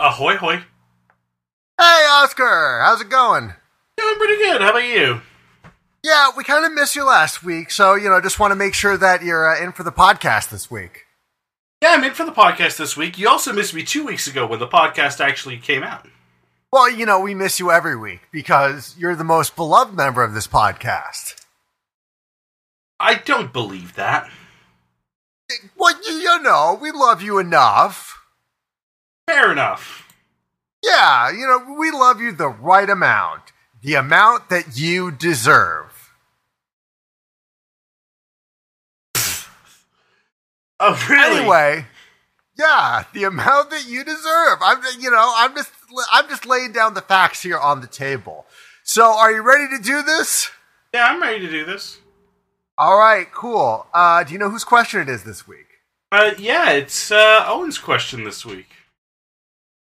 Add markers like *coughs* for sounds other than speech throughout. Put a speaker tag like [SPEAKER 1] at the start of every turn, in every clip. [SPEAKER 1] Ahoy, hoy.
[SPEAKER 2] Hey, Oscar, how's it going?
[SPEAKER 1] Doing pretty good. How about you?
[SPEAKER 2] Yeah, we kind of missed you last week, so you know, just want to make sure that you're uh, in for the podcast this week.
[SPEAKER 1] Yeah, I'm in for the podcast this week. You also missed me two weeks ago when the podcast actually came out.
[SPEAKER 2] Well, you know, we miss you every week because you're the most beloved member of this podcast.
[SPEAKER 1] I don't believe that.
[SPEAKER 2] Well, you, you know, we love you enough.
[SPEAKER 1] Fair enough.
[SPEAKER 2] Yeah, you know, we love you the right amount, the amount that you deserve.
[SPEAKER 1] *laughs* Oh, really?
[SPEAKER 2] Anyway, yeah, the amount that you deserve. I'm, you know, I'm just, I'm just laying down the facts here on the table. So, are you ready to do this?
[SPEAKER 1] Yeah, I'm ready to do this.
[SPEAKER 2] All right, cool. Uh, do you know whose question it is this week?
[SPEAKER 1] Uh, yeah, it's uh, Owen's question this week.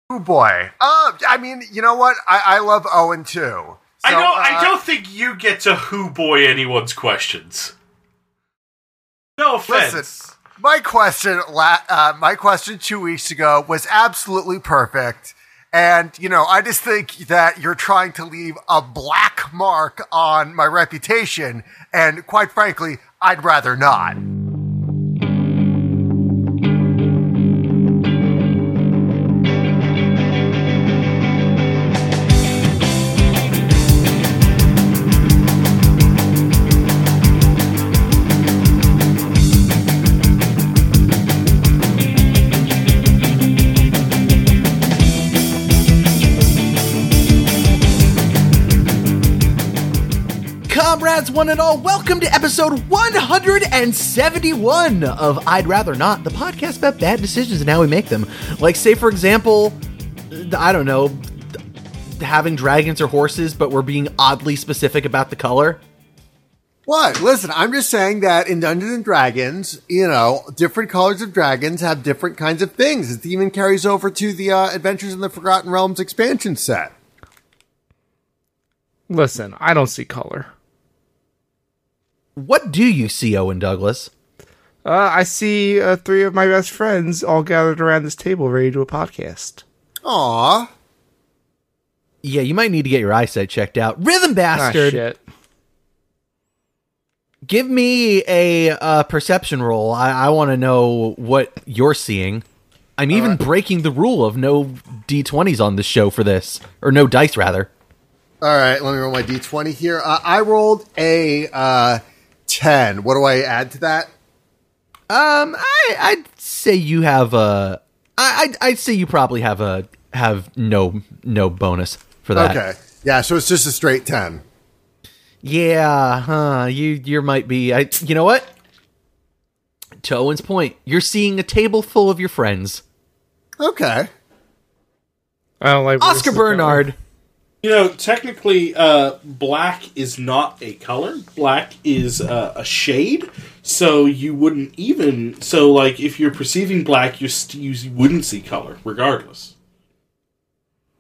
[SPEAKER 2] Oh boy. Uh, I mean, you know what? I, I love Owen too. So,
[SPEAKER 1] I don't. I
[SPEAKER 2] uh,
[SPEAKER 1] don't think you get to who boy anyone's questions. No offense.
[SPEAKER 2] Listen, my question, la- uh, my question two weeks ago was absolutely perfect, and you know, I just think that you're trying to leave a black mark on my reputation, and quite frankly, I'd rather not.
[SPEAKER 3] Comrades, one and all, welcome to episode 171 of I'd Rather Not, the podcast about bad decisions and how we make them. Like, say, for example, I don't know, having dragons or horses, but we're being oddly specific about the color.
[SPEAKER 2] What? Listen, I'm just saying that in Dungeons and Dragons, you know, different colors of dragons have different kinds of things. It even carries over to the uh, Adventures in the Forgotten Realms expansion set.
[SPEAKER 4] Listen, I don't see color.
[SPEAKER 3] What do you see, Owen Douglas?
[SPEAKER 4] Uh, I see uh, three of my best friends all gathered around this table ready to do a podcast.
[SPEAKER 2] Aw.
[SPEAKER 3] Yeah, you might need to get your eyesight checked out. Rhythm
[SPEAKER 4] Ah,
[SPEAKER 3] Bastard,
[SPEAKER 4] shit.
[SPEAKER 3] give me a uh, perception roll. I, I want to know what you're seeing. I'm even breaking the rule of no d20s on this show for this, or no dice rather.
[SPEAKER 2] All right, let me roll my d20 here. Uh, I rolled a uh, 10. What do I add to that?
[SPEAKER 3] Um, I I'd say you have a I I'd, I'd say you probably have a have no no bonus for that.
[SPEAKER 2] Okay. Yeah, so it's just a straight 10.
[SPEAKER 3] Yeah, huh? You you might be. I you know what? To Owen's point, you're seeing a table full of your friends.
[SPEAKER 2] Okay.
[SPEAKER 4] I don't like where this
[SPEAKER 3] Oscar
[SPEAKER 4] is going.
[SPEAKER 3] Bernard.
[SPEAKER 1] You know, technically, uh, black is not a color. Black is uh, a shade. So you wouldn't even. So, like, if you're perceiving black, you're st- you wouldn't see color, regardless.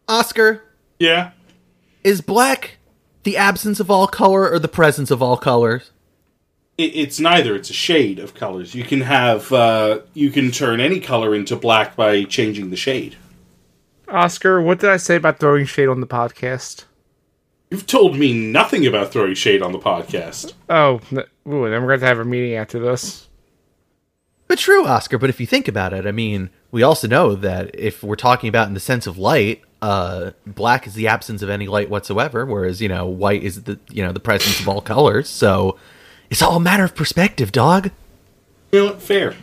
[SPEAKER 3] Oscar
[SPEAKER 1] Yeah.
[SPEAKER 3] is black. The absence of all color or the presence of all colors.
[SPEAKER 1] It, it's neither. It's a shade of colors. You can have. Uh, you can turn any color into black by changing the shade.
[SPEAKER 4] Oscar, what did I say about throwing shade on the podcast?
[SPEAKER 1] You've told me nothing about throwing shade on the podcast.
[SPEAKER 4] Oh, n- ooh, then we're going to have a meeting after this.
[SPEAKER 3] But true, Oscar. But if you think about it, I mean, we also know that if we're talking about in the sense of light, uh, black is the absence of any light whatsoever, whereas you know, white is the you know the presence of all colors. So it's all a matter of perspective, dog.
[SPEAKER 1] You know what? Fair.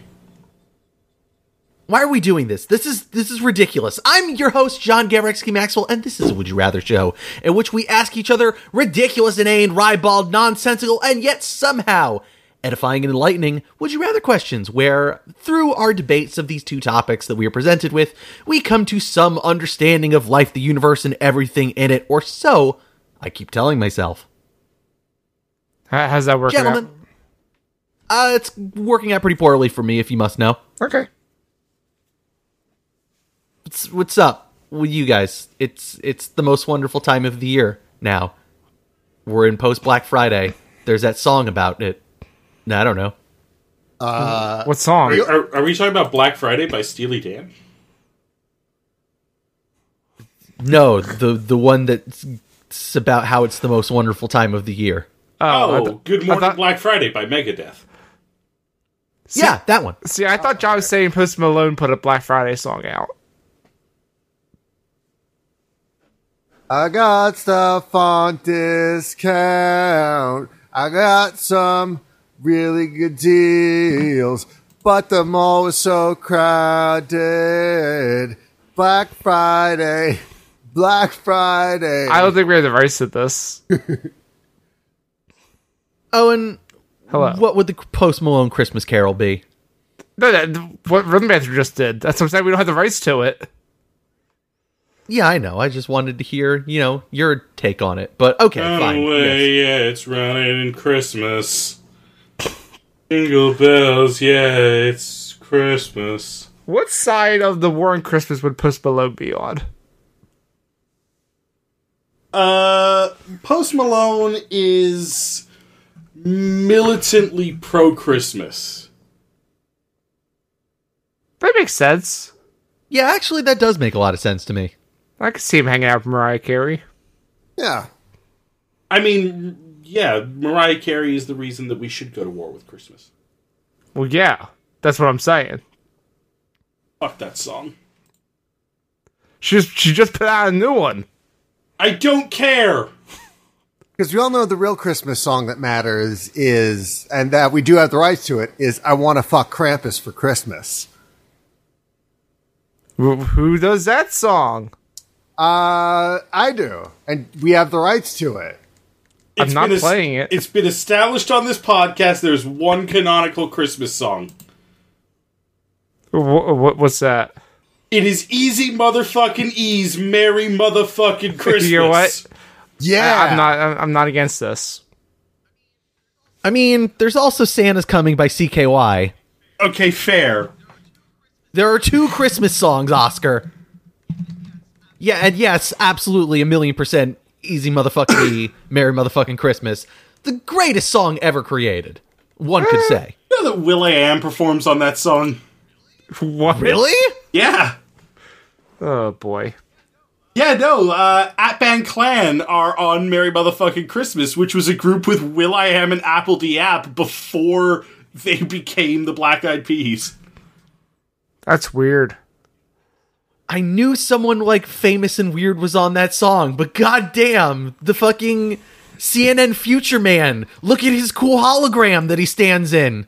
[SPEAKER 3] Why are we doing this? This is this is ridiculous. I'm your host, John Gabrexky Maxwell, and this is a Would You Rather show, in which we ask each other ridiculous, inane, ribald, nonsensical, and yet somehow edifying and enlightening Would You Rather questions, where through our debates of these two topics that we are presented with, we come to some understanding of life, the universe, and everything in it, or so I keep telling myself.
[SPEAKER 4] How, how's that working
[SPEAKER 3] Gentlemen, uh, it's working out pretty poorly for me, if you must know.
[SPEAKER 4] out? Okay.
[SPEAKER 3] what's what's up with you guys? It's it's the most wonderful time of the year now. We're in post Black Friday. There's that song about it. No, I don't know.
[SPEAKER 4] what song?
[SPEAKER 1] Are, are we talking about Black Friday by Steely Dan?
[SPEAKER 3] No, the the one that's about how it's the most wonderful time of the year.
[SPEAKER 1] Oh,
[SPEAKER 4] I th-
[SPEAKER 1] Good
[SPEAKER 4] I
[SPEAKER 1] Morning
[SPEAKER 4] thought-
[SPEAKER 1] Black Friday by Megadeth.
[SPEAKER 3] yeah, that one.
[SPEAKER 4] See, I thought John was saying Post Malone put a Black Friday song out.
[SPEAKER 2] I got stuff on discount. I got some really good deals, but the mall was so crowded. Black Friday, Black Friday.
[SPEAKER 4] I don't think we have the rights to this. Oh,
[SPEAKER 3] Owen,
[SPEAKER 4] Hello.
[SPEAKER 3] *laughs* what would the Post Malone Christmas Carol be?
[SPEAKER 4] No, that, what Rhythm Master just did. That's what I'm saying. We don't have the rights to it.
[SPEAKER 3] Yeah, I know. I just wanted to hear, you know, your take on it. But okay, fine. Yes.
[SPEAKER 1] Runaway, yeah, it's running in Christmas. Jingle bells, yeah, it's Christmas.
[SPEAKER 4] What side of the war on Christmas would Post Malone be on?
[SPEAKER 1] Uh, Post Malone is militantly pro Christmas.
[SPEAKER 4] That makes sense.
[SPEAKER 3] Yeah, actually, that does make a lot of sense to me.
[SPEAKER 4] I could see him hanging out with Mariah Carey.
[SPEAKER 2] yeah.
[SPEAKER 1] I mean, yeah, Mariah Carey is the reason that we should go to war with Christmas.
[SPEAKER 4] Well, yeah, that's what I'm saying.
[SPEAKER 1] Fuck that song.
[SPEAKER 4] She just, she just put out a new one.
[SPEAKER 1] I don't care.
[SPEAKER 2] Because we all know the real Christmas song that matters is, and that we do have the rights to it, is I Want to Fuck Krampus for Christmas.
[SPEAKER 4] Wh- Who does that song?
[SPEAKER 2] Uh, I do. And we have the rights to it.
[SPEAKER 4] I'm
[SPEAKER 1] It's
[SPEAKER 4] not
[SPEAKER 1] been es-
[SPEAKER 4] playing it.
[SPEAKER 1] It's been established on this podcast there's one canonical Christmas song.
[SPEAKER 4] What, what's that?
[SPEAKER 1] It is easy motherfucking ease, merry motherfucking Christmas.
[SPEAKER 4] *laughs* You know what?
[SPEAKER 2] Yeah.
[SPEAKER 4] I- I'm not. I'm- I'm not against this.
[SPEAKER 3] I mean, there's also Santa's Coming by CKY.
[SPEAKER 1] Okay, fair.
[SPEAKER 3] There are two Christmas songs, Oscar. Yeah, and yes, absolutely, a million percent easy motherfucking E, *coughs* Merry Motherfucking Christmas. The greatest song ever created, one could say.
[SPEAKER 1] You know that Will I Am performs on that song?
[SPEAKER 4] What?
[SPEAKER 3] Really?
[SPEAKER 1] Yeah.
[SPEAKER 4] Oh boy.
[SPEAKER 1] Yeah, no, uh, At Band Clan are on Merry Motherfucking Christmas, which was a group with Will I Am and Apple D App before they *laughs* became the Black Eyed Peas.
[SPEAKER 4] That's weird.
[SPEAKER 3] I knew someone like famous and weird was on that song, but goddamn, the fucking CNN Future Man. Look at his cool hologram that he stands in.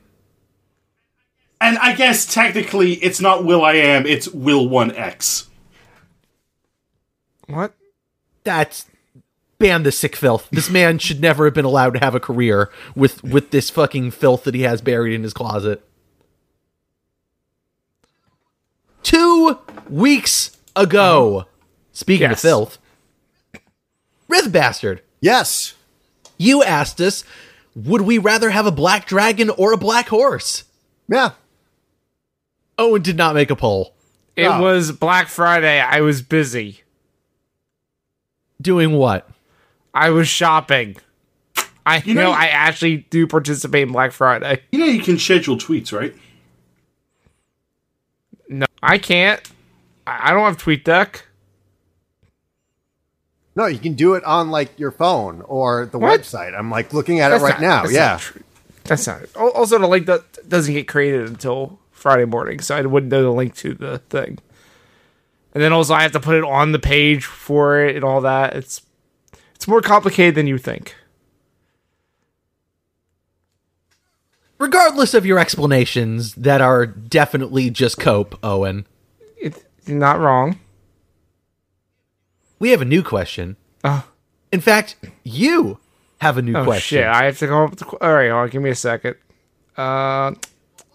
[SPEAKER 1] And I guess technically it's not Will I Am, it's Will 1X.
[SPEAKER 4] What?
[SPEAKER 3] That's ban the sick filth. This man should never have been allowed to have a career with with this fucking filth that he has buried in his closet. 2 weeks ago. Speaking of
[SPEAKER 4] Yes.
[SPEAKER 3] filth, Rith Bastard
[SPEAKER 2] Yes.
[SPEAKER 3] You asked us, would we rather have a black dragon or a black horse?
[SPEAKER 2] Yeah.
[SPEAKER 3] Owen did not make a poll.
[SPEAKER 4] It
[SPEAKER 2] Oh.
[SPEAKER 4] was Black Friday. I was busy.
[SPEAKER 3] Doing what?
[SPEAKER 4] I was shopping. I
[SPEAKER 1] know
[SPEAKER 4] know,
[SPEAKER 1] you-
[SPEAKER 4] I actually do participate in Black Friday.
[SPEAKER 1] You know you can schedule tweets, right?
[SPEAKER 4] No, I can't. I I don't have TweetDeck.
[SPEAKER 2] No, you can do it on like your phone or the
[SPEAKER 4] What?
[SPEAKER 2] website. I'm like looking at
[SPEAKER 4] That's
[SPEAKER 2] it right
[SPEAKER 4] not-
[SPEAKER 2] now.
[SPEAKER 4] that's
[SPEAKER 2] Yeah.
[SPEAKER 4] not true. that's not. al- Also, the link that doesn't get created until Friday morning, so I wouldn't know the link to the thing. And then also, I have to put it on the page for it and all that. It's it's more complicated than you think.
[SPEAKER 3] Regardless of your explanations that are definitely just cope, Owen,
[SPEAKER 4] It, you're not wrong.
[SPEAKER 3] we have a new question.
[SPEAKER 4] Oh.
[SPEAKER 3] In fact, you have a new
[SPEAKER 4] Oh
[SPEAKER 3] question.
[SPEAKER 4] shit! I have to come up. With the, qu- all right, hold on, give me a second. Uh,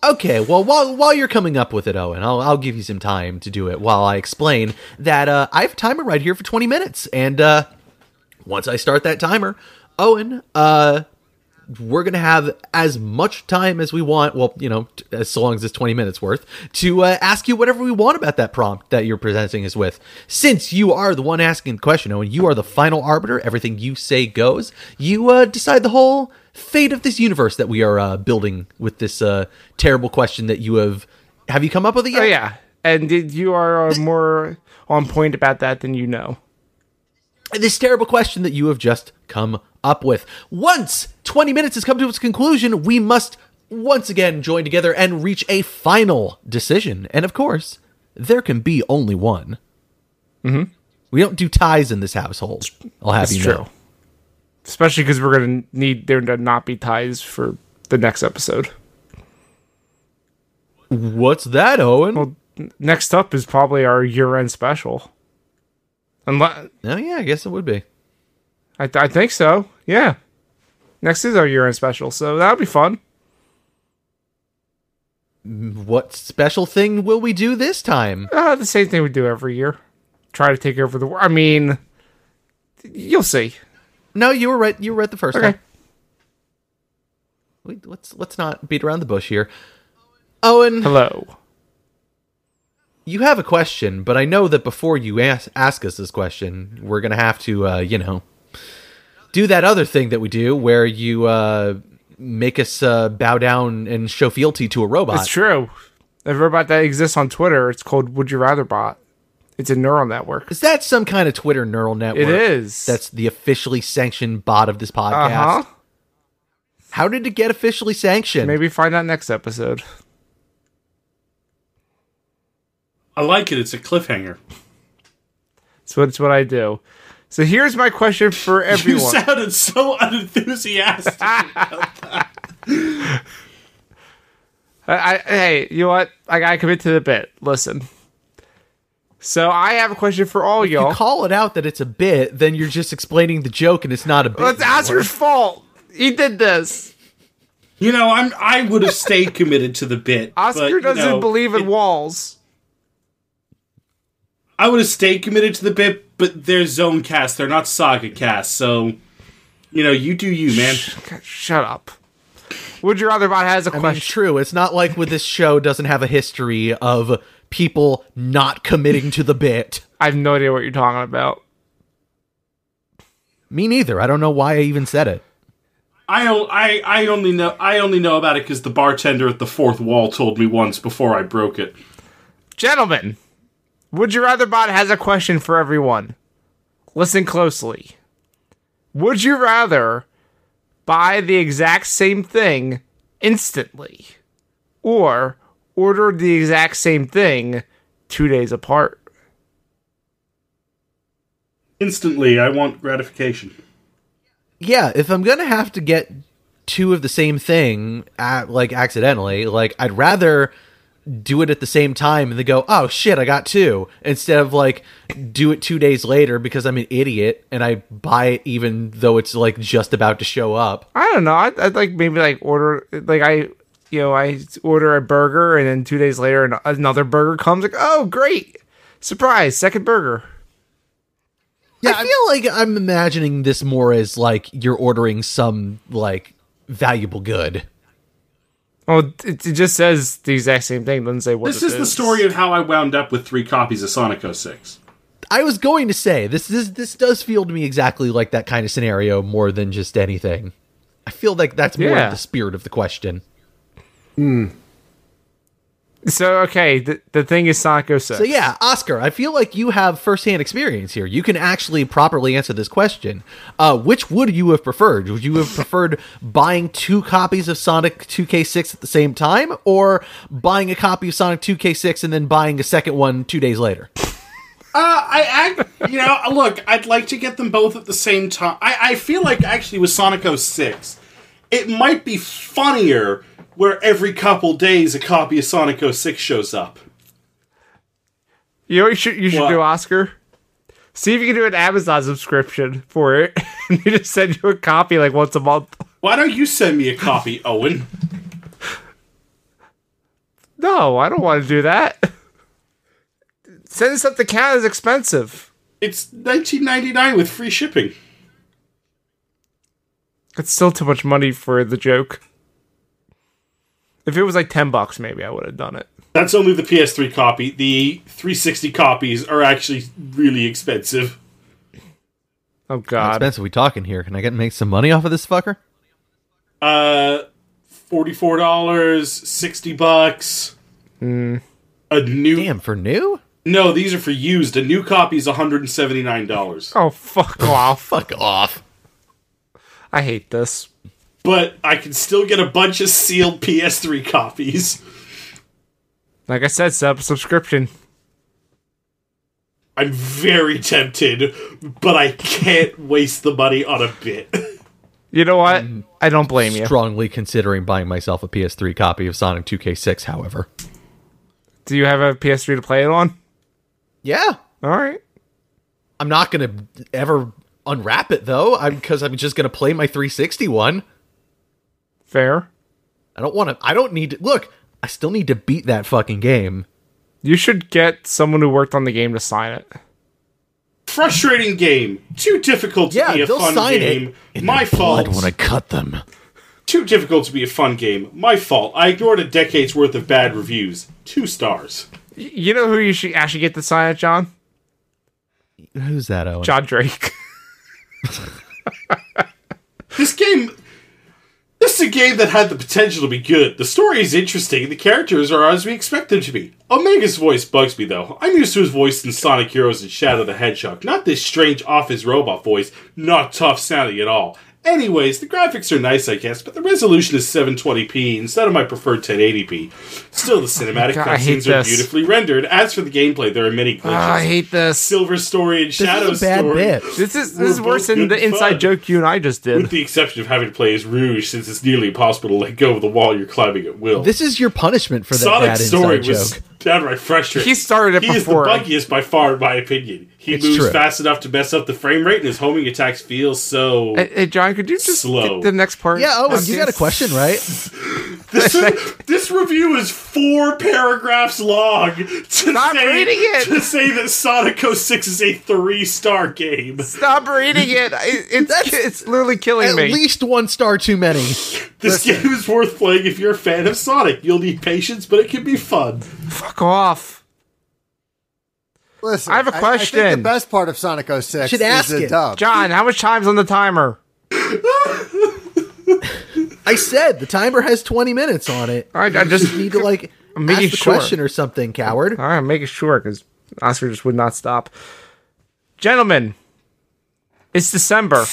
[SPEAKER 3] Okay, well, while, while you're coming up with it, Owen, I'll, I'll give you some time to do it while I explain that uh, I have a timer right here for 20 minutes. And uh, once I start that timer, Owen, uh, we're going to have as much time as we want, well, you know, t- as so long as it's 20 minutes worth, to uh, ask you whatever we want about that prompt that you're presenting us with. Since you are the one asking the question, Owen, you are the final arbiter. Everything you say goes. You uh, decide the whole fate of this universe that we are uh, building with this uh, terrible question that you have. Have you come up with it yet?
[SPEAKER 4] oh yeah, and did, you are uh, more on point about that than you know.
[SPEAKER 3] this terrible question that you have just come up with. Once 20 minutes has come to its conclusion, we must once again join together and reach a final decision. And of course, there can be only one. Mm-hmm. We don't do ties in this household. I'll have
[SPEAKER 4] Mm-hmm. That's
[SPEAKER 3] you
[SPEAKER 4] true.
[SPEAKER 3] know.
[SPEAKER 4] Especially because we're gonna need there to not be ties for the next episode.
[SPEAKER 3] What's that, Owen?
[SPEAKER 4] Well, n- next up is probably our year-end special. Unless
[SPEAKER 3] oh yeah, I guess it would be.
[SPEAKER 4] I, th- I think so. Yeah. Next is our year-end special, so that'll be fun.
[SPEAKER 3] What special thing will we do this time?
[SPEAKER 4] Uh, the same thing we do every year. Try to take over the world. I mean, you'll see.
[SPEAKER 3] No, you were right. You were right the first
[SPEAKER 4] Okay.
[SPEAKER 3] time. We, let's let's not beat around the bush here. Owen,
[SPEAKER 4] Hello.
[SPEAKER 3] you have a question, but I know that before you ask, ask us this question, we're gonna have to, uh, you know, do that other thing that we do where you uh, make us uh, bow down and show fealty to a robot.
[SPEAKER 4] It's true. A robot that exists on Twitter. It's called Would You Rather Bot. It's a neural network.
[SPEAKER 3] Is that some kind of Twitter neural network?
[SPEAKER 4] It is.
[SPEAKER 3] That's the officially sanctioned bot of this
[SPEAKER 4] uh
[SPEAKER 3] podcast.
[SPEAKER 4] huh.
[SPEAKER 3] How did it get officially sanctioned?
[SPEAKER 4] Maybe find out next episode.
[SPEAKER 1] I like it. It's a cliffhanger.
[SPEAKER 4] That's what, it's what I do. So here's my question for
[SPEAKER 1] You
[SPEAKER 4] everyone.
[SPEAKER 1] sounded so
[SPEAKER 4] *laughs*
[SPEAKER 1] unenthusiastic.
[SPEAKER 4] I, I, hey, you know what? I gotta commit to the bit. Listen. So I have a question for all y'all.
[SPEAKER 3] you call it out that it's a bit, then you're just explaining the joke and it's not a bit.
[SPEAKER 4] That's Asper's fault. He did this.
[SPEAKER 1] you know, I'm I would have
[SPEAKER 4] *laughs*
[SPEAKER 1] stayed committed to the bit.
[SPEAKER 4] Oscar
[SPEAKER 1] but, you
[SPEAKER 4] doesn't
[SPEAKER 1] know,
[SPEAKER 4] believe in
[SPEAKER 1] it-
[SPEAKER 4] walls.
[SPEAKER 1] I would have stayed committed to the bit, but they're zone cast. They're not saga cast. So, you know, you do you, man.
[SPEAKER 4] God, shut up. Would you rather bot has a
[SPEAKER 3] I mean,
[SPEAKER 4] question?
[SPEAKER 3] true. It's not like with this show doesn't have a history of people not committing to the bit.
[SPEAKER 4] I have no idea what you're talking about.
[SPEAKER 3] *laughs* Me neither. I don't know why I even said it.
[SPEAKER 1] I, o- I, I only know I only know about it because the bartender at the fourth wall told me once before I broke it.
[SPEAKER 4] Gentlemen, Would You Rather Bot has a question for everyone. Listen closely. Would you rather buy the exact same thing instantly or order the exact same thing two days apart?
[SPEAKER 1] Instantly, I want gratification.
[SPEAKER 3] Yeah, if I'm gonna have to get two of the same thing, uh, like accidentally, like I'd rather do it at the same time and then go, oh shit, I got two, instead of like do it two days later because I'm an idiot and I buy it even though it's like just about to show up.
[SPEAKER 4] I don't know. I'd, I'd like maybe like order like I you know I order a burger and then two days later an- another burger comes like oh great surprise second burger.
[SPEAKER 3] I feel like I'm imagining this more as like you're ordering some like valuable good.
[SPEAKER 4] Oh, it, it just says the exact same thing. Doesn't say what
[SPEAKER 1] This
[SPEAKER 4] it
[SPEAKER 1] is the story of how I wound up with three copies of Sonic 06.
[SPEAKER 3] I was going to say this this this does feel to me exactly like that kind of scenario more than just anything. I feel like that's more
[SPEAKER 4] Yeah.
[SPEAKER 3] of the spirit of the question.
[SPEAKER 4] So okay, the, the thing is Sonic 06.
[SPEAKER 3] So yeah, Oscar, I feel like you have firsthand experience here. You can actually properly answer this question. Uh, which would you have preferred? Would you have preferred buying two copies of Sonic 2K6 at the same time, or buying a copy of Sonic 2K6 and then buying a second one two days later?
[SPEAKER 1] Uh, I, I, you know, look, I'd like to get them both at the same time. I, I feel like actually with Sonic 06, it might be funnier where every couple days a copy of Sonic 06 shows up.
[SPEAKER 4] you know what you should you should
[SPEAKER 1] What?
[SPEAKER 4] do Oscar. See if you can do an Amazon subscription for it. *laughs* and they just send you a copy like once a month.
[SPEAKER 1] Why don't you send me a copy, Owen?
[SPEAKER 4] No, I don't want to do that. Sending stuff to Canada is expensive.
[SPEAKER 1] It's 19.99 with free shipping.
[SPEAKER 4] It's still too much money for the joke. If it was like ten bucks, maybe I would have done it.
[SPEAKER 1] That's only the PS3 copy. The 360 copies are actually really expensive.
[SPEAKER 4] Oh
[SPEAKER 3] How
[SPEAKER 4] God,
[SPEAKER 3] expensive we talking here? Can I get make some money off of this fucker?
[SPEAKER 1] Uh, forty-four dollars, sixty bucks. A new
[SPEAKER 3] Damn, for new?
[SPEAKER 1] No, these are for used. A new copy is one hundred and seventy nine dollars.
[SPEAKER 4] Oh, fuck off.
[SPEAKER 3] Fuck off.
[SPEAKER 4] I hate this.
[SPEAKER 1] But I can still get a bunch of sealed PS3 copies.
[SPEAKER 4] Like I said, set up a subscription.
[SPEAKER 1] I'm very tempted, but I can't waste the money on a bit.
[SPEAKER 4] You know what?
[SPEAKER 3] Mm-hmm.
[SPEAKER 4] I don't blame you.
[SPEAKER 3] Strongly considering buying myself a PS3 copy of Sonic 2K6, however.
[SPEAKER 4] Do you have a PS3 to play it on?
[SPEAKER 3] Yeah.
[SPEAKER 4] All right.
[SPEAKER 3] I'm not going to ever unwrap it, though, because I'm, just going to play my 360 one.
[SPEAKER 4] Fair.
[SPEAKER 3] I don't want to. I don't need to. Look, I still need to beat that fucking game.
[SPEAKER 4] You should get someone who worked on the game to sign it.
[SPEAKER 1] Frustrating game. Too difficult to
[SPEAKER 3] Yeah,
[SPEAKER 1] be a
[SPEAKER 3] they'll
[SPEAKER 1] fun
[SPEAKER 3] sign
[SPEAKER 1] game.
[SPEAKER 3] it. In
[SPEAKER 1] My
[SPEAKER 3] their
[SPEAKER 1] fault.
[SPEAKER 3] blood when I cut them.
[SPEAKER 1] Too difficult to be a fun game. My fault. I ignored a decade's worth of bad reviews. Two stars.
[SPEAKER 4] Y- You know who you should actually get to sign it, John?
[SPEAKER 3] Who's that, Owen?
[SPEAKER 4] John *laughs* Drake.
[SPEAKER 1] This game. This is a game that had the potential to be good. The story is interesting, and the characters are as we expect them to be. Omega's voice bugs me, though. I'm used to his voice in Sonic Heroes and Shadow the Hedgehog, not this strange office robot voice, not tough sounding at all. Anyways, the graphics are nice, I guess, but the resolution is 720p instead of my preferred 1080p. Still, the cinematic
[SPEAKER 4] God, I hate
[SPEAKER 1] cutscenes are
[SPEAKER 4] this.
[SPEAKER 1] beautifully rendered. As for the gameplay, there are many glitches.
[SPEAKER 4] Ah, I hate this.
[SPEAKER 1] Silver Story and
[SPEAKER 3] Uh, this
[SPEAKER 1] Shadow
[SPEAKER 3] is a bad
[SPEAKER 1] Story
[SPEAKER 3] bit.
[SPEAKER 4] This is
[SPEAKER 1] We're
[SPEAKER 4] this is
[SPEAKER 1] both
[SPEAKER 4] worse than
[SPEAKER 1] good
[SPEAKER 4] the inside
[SPEAKER 1] fun.
[SPEAKER 4] joke you and I just
[SPEAKER 1] with
[SPEAKER 4] did.
[SPEAKER 1] the exception of having to play as Rouge, since it's nearly impossible to let go of the wall you're climbing at will.
[SPEAKER 3] This is your punishment for that
[SPEAKER 1] Sonic
[SPEAKER 3] bad
[SPEAKER 1] Story
[SPEAKER 3] inside
[SPEAKER 1] was
[SPEAKER 3] joke.
[SPEAKER 1] downright frustrating.
[SPEAKER 4] He started it
[SPEAKER 1] He is the
[SPEAKER 4] before.
[SPEAKER 1] buggiest by far, in my opinion. He
[SPEAKER 3] It's
[SPEAKER 1] moves
[SPEAKER 3] true.
[SPEAKER 1] fast enough to mess up the frame rate, and his homing attacks feel so.
[SPEAKER 4] Hey, hey, John, could you just
[SPEAKER 1] Slow.
[SPEAKER 4] get the next part?
[SPEAKER 3] Yeah, Owen, you
[SPEAKER 4] Yes.
[SPEAKER 3] got a question, right?
[SPEAKER 1] *laughs* this,
[SPEAKER 4] *laughs*
[SPEAKER 1] this review is four paragraphs long. To
[SPEAKER 4] Stop
[SPEAKER 1] say,
[SPEAKER 4] reading it!
[SPEAKER 1] To say that Sonic 06 is a three star game.
[SPEAKER 4] Stop reading
[SPEAKER 3] *laughs*
[SPEAKER 4] it. I- It's, it's literally killing
[SPEAKER 3] At
[SPEAKER 4] me.
[SPEAKER 3] least one star too many.
[SPEAKER 1] This game is worth playing if you're a fan of Sonic. You'll need patience, but it can be fun.
[SPEAKER 4] Fuck off.
[SPEAKER 2] Listen,
[SPEAKER 4] I have a
[SPEAKER 2] I, think
[SPEAKER 4] question.
[SPEAKER 2] the best part of Sonic 06
[SPEAKER 3] Should
[SPEAKER 2] is
[SPEAKER 3] ask
[SPEAKER 2] the
[SPEAKER 3] it.
[SPEAKER 2] dub.
[SPEAKER 4] John, how much time's on the timer?
[SPEAKER 3] I said the timer has 20 minutes on it.
[SPEAKER 4] I, I just
[SPEAKER 3] You need to like
[SPEAKER 4] I'm
[SPEAKER 3] ask
[SPEAKER 4] making
[SPEAKER 3] the
[SPEAKER 4] sure.
[SPEAKER 3] question or something, coward.
[SPEAKER 4] All right, I'm making sure because Oscar just would not stop. Gentlemen, it's December.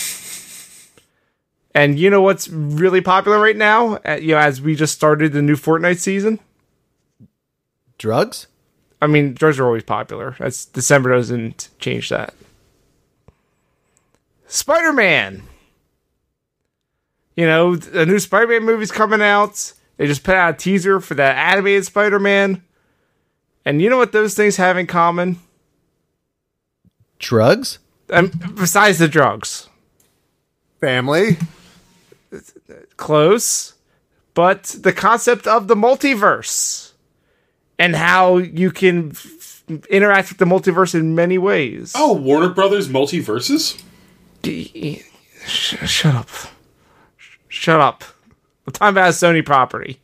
[SPEAKER 4] And you know what's really popular right now? Uh, You know, as we just started the new Fortnite season.
[SPEAKER 3] Drugs?
[SPEAKER 4] I mean, drugs are always popular. That's December doesn't change that. Spider Man. You know, th- a new Spider Man movie's coming out. They just put out a teaser for that animated Spider Man. And you know what those things have in common?
[SPEAKER 3] Drugs?
[SPEAKER 4] Um, besides the drugs.
[SPEAKER 2] Family.
[SPEAKER 4] Close. But the concept of the multiverse and how you can f- f- interact with the multiverse in many ways.
[SPEAKER 1] Oh, Warner Brothers Multiverses?
[SPEAKER 4] Sh- shut up. Sh- Shut up. I'm talking about a Sony property,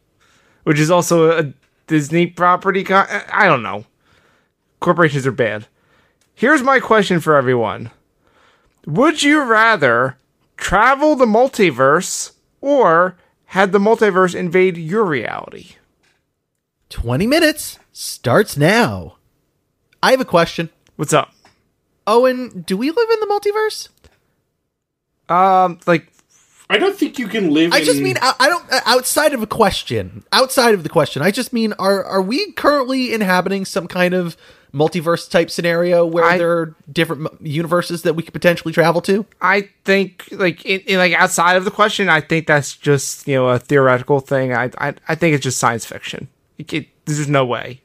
[SPEAKER 4] which is also a Disney property. Co- I don't know. Corporations are bad. Here's my question for everyone Would you rather travel the multiverse or had the multiverse invade your reality?
[SPEAKER 3] 20 minutes starts now. I have a question.
[SPEAKER 4] What's up?
[SPEAKER 3] Owen, do we live in the multiverse?
[SPEAKER 4] Um, like,
[SPEAKER 1] I don't think you can live
[SPEAKER 3] I just
[SPEAKER 1] in-
[SPEAKER 3] mean I, I don't uh, outside of a question. Outside of the question, I just mean are are we currently inhabiting some kind of multiverse type scenario where
[SPEAKER 4] I-
[SPEAKER 3] there are different m- universes that we could potentially travel to?
[SPEAKER 4] I think like in, in, like outside of the question, I think that's just you know a theoretical thing. I I, I think it's just science fiction. It, it, there's no way.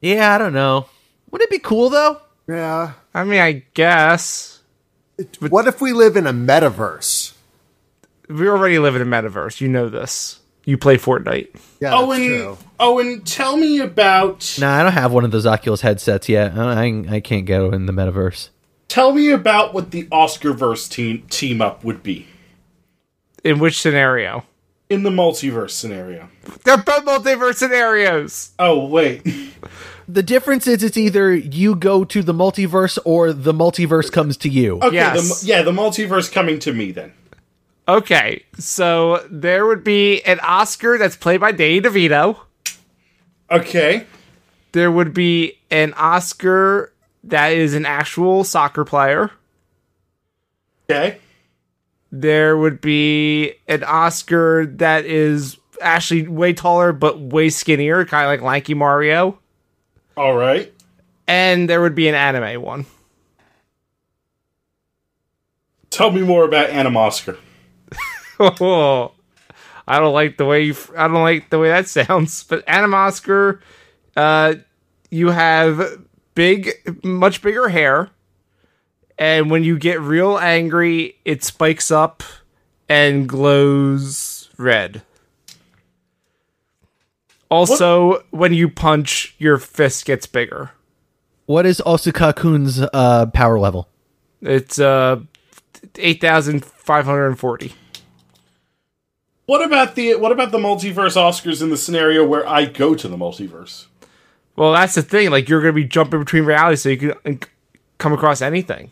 [SPEAKER 3] Yeah, I don't know. Wouldn't it be cool though?
[SPEAKER 2] Yeah.
[SPEAKER 4] I mean, I guess
[SPEAKER 2] what if we live in a metaverse?
[SPEAKER 4] we already live in a metaverse. You know this. You play Fortnite.
[SPEAKER 2] Yeah,
[SPEAKER 4] Oh,
[SPEAKER 1] Owen,
[SPEAKER 2] that's true.
[SPEAKER 1] Owen, tell me about
[SPEAKER 3] No, I don't have one of those Oculus headsets yet. I I- I can't go in the metaverse.
[SPEAKER 1] tell me about what the Oscarverse team team up would be
[SPEAKER 4] In which scenario?
[SPEAKER 1] in the multiverse scenario.
[SPEAKER 4] They're both multiverse scenarios.
[SPEAKER 1] Oh wait, *laughs*
[SPEAKER 3] The difference is it's either you go to the multiverse or the multiverse comes to you.
[SPEAKER 1] okay,
[SPEAKER 4] Yes.
[SPEAKER 1] the mu- yeah, the multiverse coming to me then.
[SPEAKER 4] Okay, so there would be an Oscar that's played by Danny DeVito.
[SPEAKER 1] Okay,
[SPEAKER 4] there would be an Oscar that is an actual soccer player.
[SPEAKER 1] Okay.
[SPEAKER 4] There would be an Oscar that is actually way taller but way skinnier, kind of like lanky Mario.
[SPEAKER 1] All right.
[SPEAKER 4] And there would be an anime one.
[SPEAKER 1] Tell me more about Animoscar.
[SPEAKER 4] Oh, I don't like the way you, I don't like the way that *laughs* sounds. But Animoscar, uh, you have big, much bigger hair, and when you get real angry, it spikes up and glows red. Also, when you punch, your fist gets bigger.
[SPEAKER 3] What is Osuka Kun's uh, power level?
[SPEAKER 4] It's uh, eight thousand five hundred and forty.
[SPEAKER 1] What about the what about the multiverse Oscars in the scenario where I go to the multiverse?
[SPEAKER 4] Well, that's the thing. Like you're gonna be jumping between realities, so you can uh, come across anything.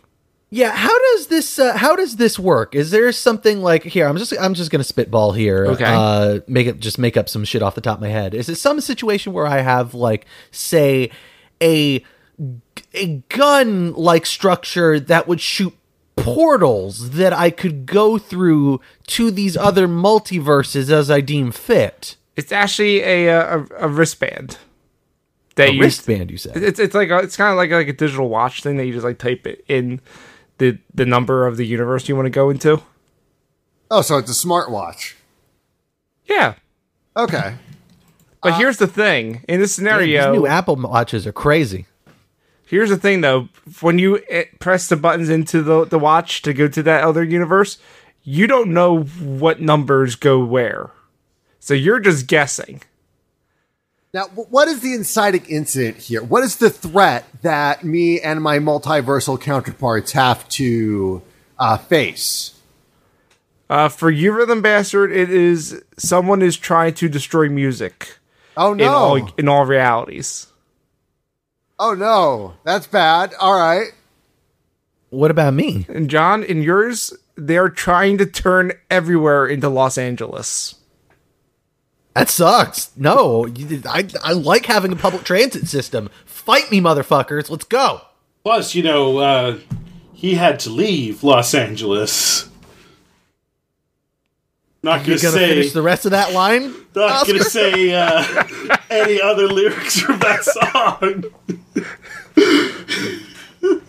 [SPEAKER 3] Yeah, how does this uh, how does this work? Is there something like here? I'm just I'm just gonna spitball here.
[SPEAKER 4] Okay.
[SPEAKER 3] uh, make up just make up some shit off the top of my head. Is it some situation where I have like say a a gun like structure that would shoot portals that I could go through to these other multiverses as I deem fit?
[SPEAKER 4] It's actually a uh, a, a wristband that you.
[SPEAKER 3] Wristband, you said.
[SPEAKER 4] It's it's like a, it's kind of like like a digital watch thing that you just like type it in the the number of the universe you want to go into.
[SPEAKER 2] Oh, so it's a smartwatch.
[SPEAKER 4] Yeah,
[SPEAKER 2] Okay.
[SPEAKER 4] but here's the thing. In this
[SPEAKER 3] These
[SPEAKER 4] scenario,
[SPEAKER 3] Uh, new Apple watches are crazy.
[SPEAKER 4] Here's the thing, though. When you eh, press the buttons into the, the watch to go to that other universe, you don't know what numbers go where. So you're just guessing.
[SPEAKER 2] Now, wh- what is the inciting incident here? What is the threat that me and my multiversal counterparts have to uh, face?
[SPEAKER 4] Uh, for you, Rhythm Bastard, it is someone is trying to destroy music
[SPEAKER 2] Oh
[SPEAKER 4] in all
[SPEAKER 2] no!
[SPEAKER 4] in all realities.
[SPEAKER 2] Oh no! That's bad. All right.
[SPEAKER 3] What about me?
[SPEAKER 4] And John, in yours, they're trying to turn everywhere into Los Angeles.
[SPEAKER 3] That sucks. No, you- I, I like having a public transit system. Fight me, motherfuckers. Let's go.
[SPEAKER 1] Plus, you know, uh, he had to leave Los Angeles. Not gonna,
[SPEAKER 3] You gonna
[SPEAKER 1] say
[SPEAKER 3] finish the rest of that line?
[SPEAKER 1] not gonna say uh, *laughs* any other lyrics from that song.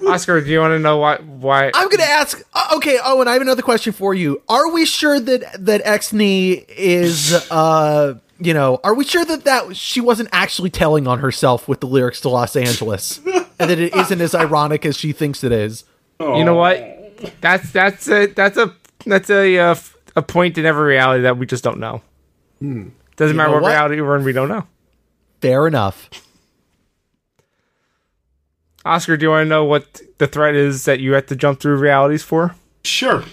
[SPEAKER 4] Oscar, do you want to know why? Why?
[SPEAKER 3] I'm gonna ask. uh, Okay. Oh, and I have another question for you. Are we sure that that Exney is? uh You know, are we sure that that she wasn't actually telling on herself with the lyrics to Los Angeles, and that it isn't as ironic as she thinks it is?
[SPEAKER 4] You know what? That's that's a that's a that's a uh, f- a point in every reality that we just don't know. Doesn't matter
[SPEAKER 3] know
[SPEAKER 4] what,
[SPEAKER 3] what?
[SPEAKER 4] reality we're in, we don't know.
[SPEAKER 3] Fair enough.
[SPEAKER 4] Oscar, do you want to know what the threat is that you have to jump through realities for?
[SPEAKER 1] Sure.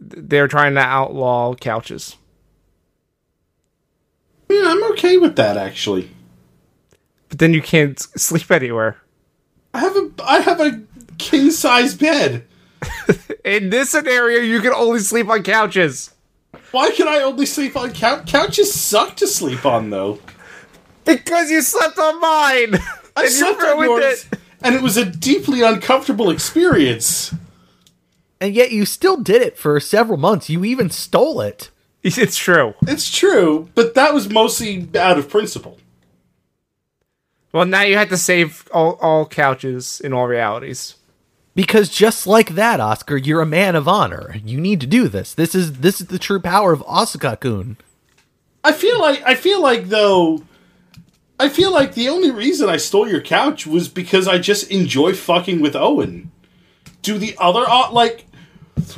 [SPEAKER 4] They're trying to outlaw couches.
[SPEAKER 1] Yeah, I'm okay with that actually.
[SPEAKER 4] But then you can't s- sleep anywhere.
[SPEAKER 1] I have a I have a king size bed.
[SPEAKER 4] In this scenario, you can only sleep on couches
[SPEAKER 1] Why can I only sleep on couch? Couches suck to sleep on though.
[SPEAKER 4] because you slept on mine. *laughs*
[SPEAKER 1] I
[SPEAKER 4] and
[SPEAKER 1] slept
[SPEAKER 4] you
[SPEAKER 1] on
[SPEAKER 4] ruined
[SPEAKER 1] yours,
[SPEAKER 4] it.
[SPEAKER 1] and it was a deeply uncomfortable experience.
[SPEAKER 3] And yet, you still did it for several months. You even stole it.
[SPEAKER 4] It's true.
[SPEAKER 1] It's true, but that was mostly out of principle.
[SPEAKER 4] Well, now you have to save all, all couches in all realities.
[SPEAKER 3] Because just like that, Oscar, you're a man of honor. You need to do this. This is this is the true power of Asuka Kun.
[SPEAKER 1] I feel like I feel like though I feel like the only reason I stole your couch was because I just enjoy fucking with Owen. Do the other o- like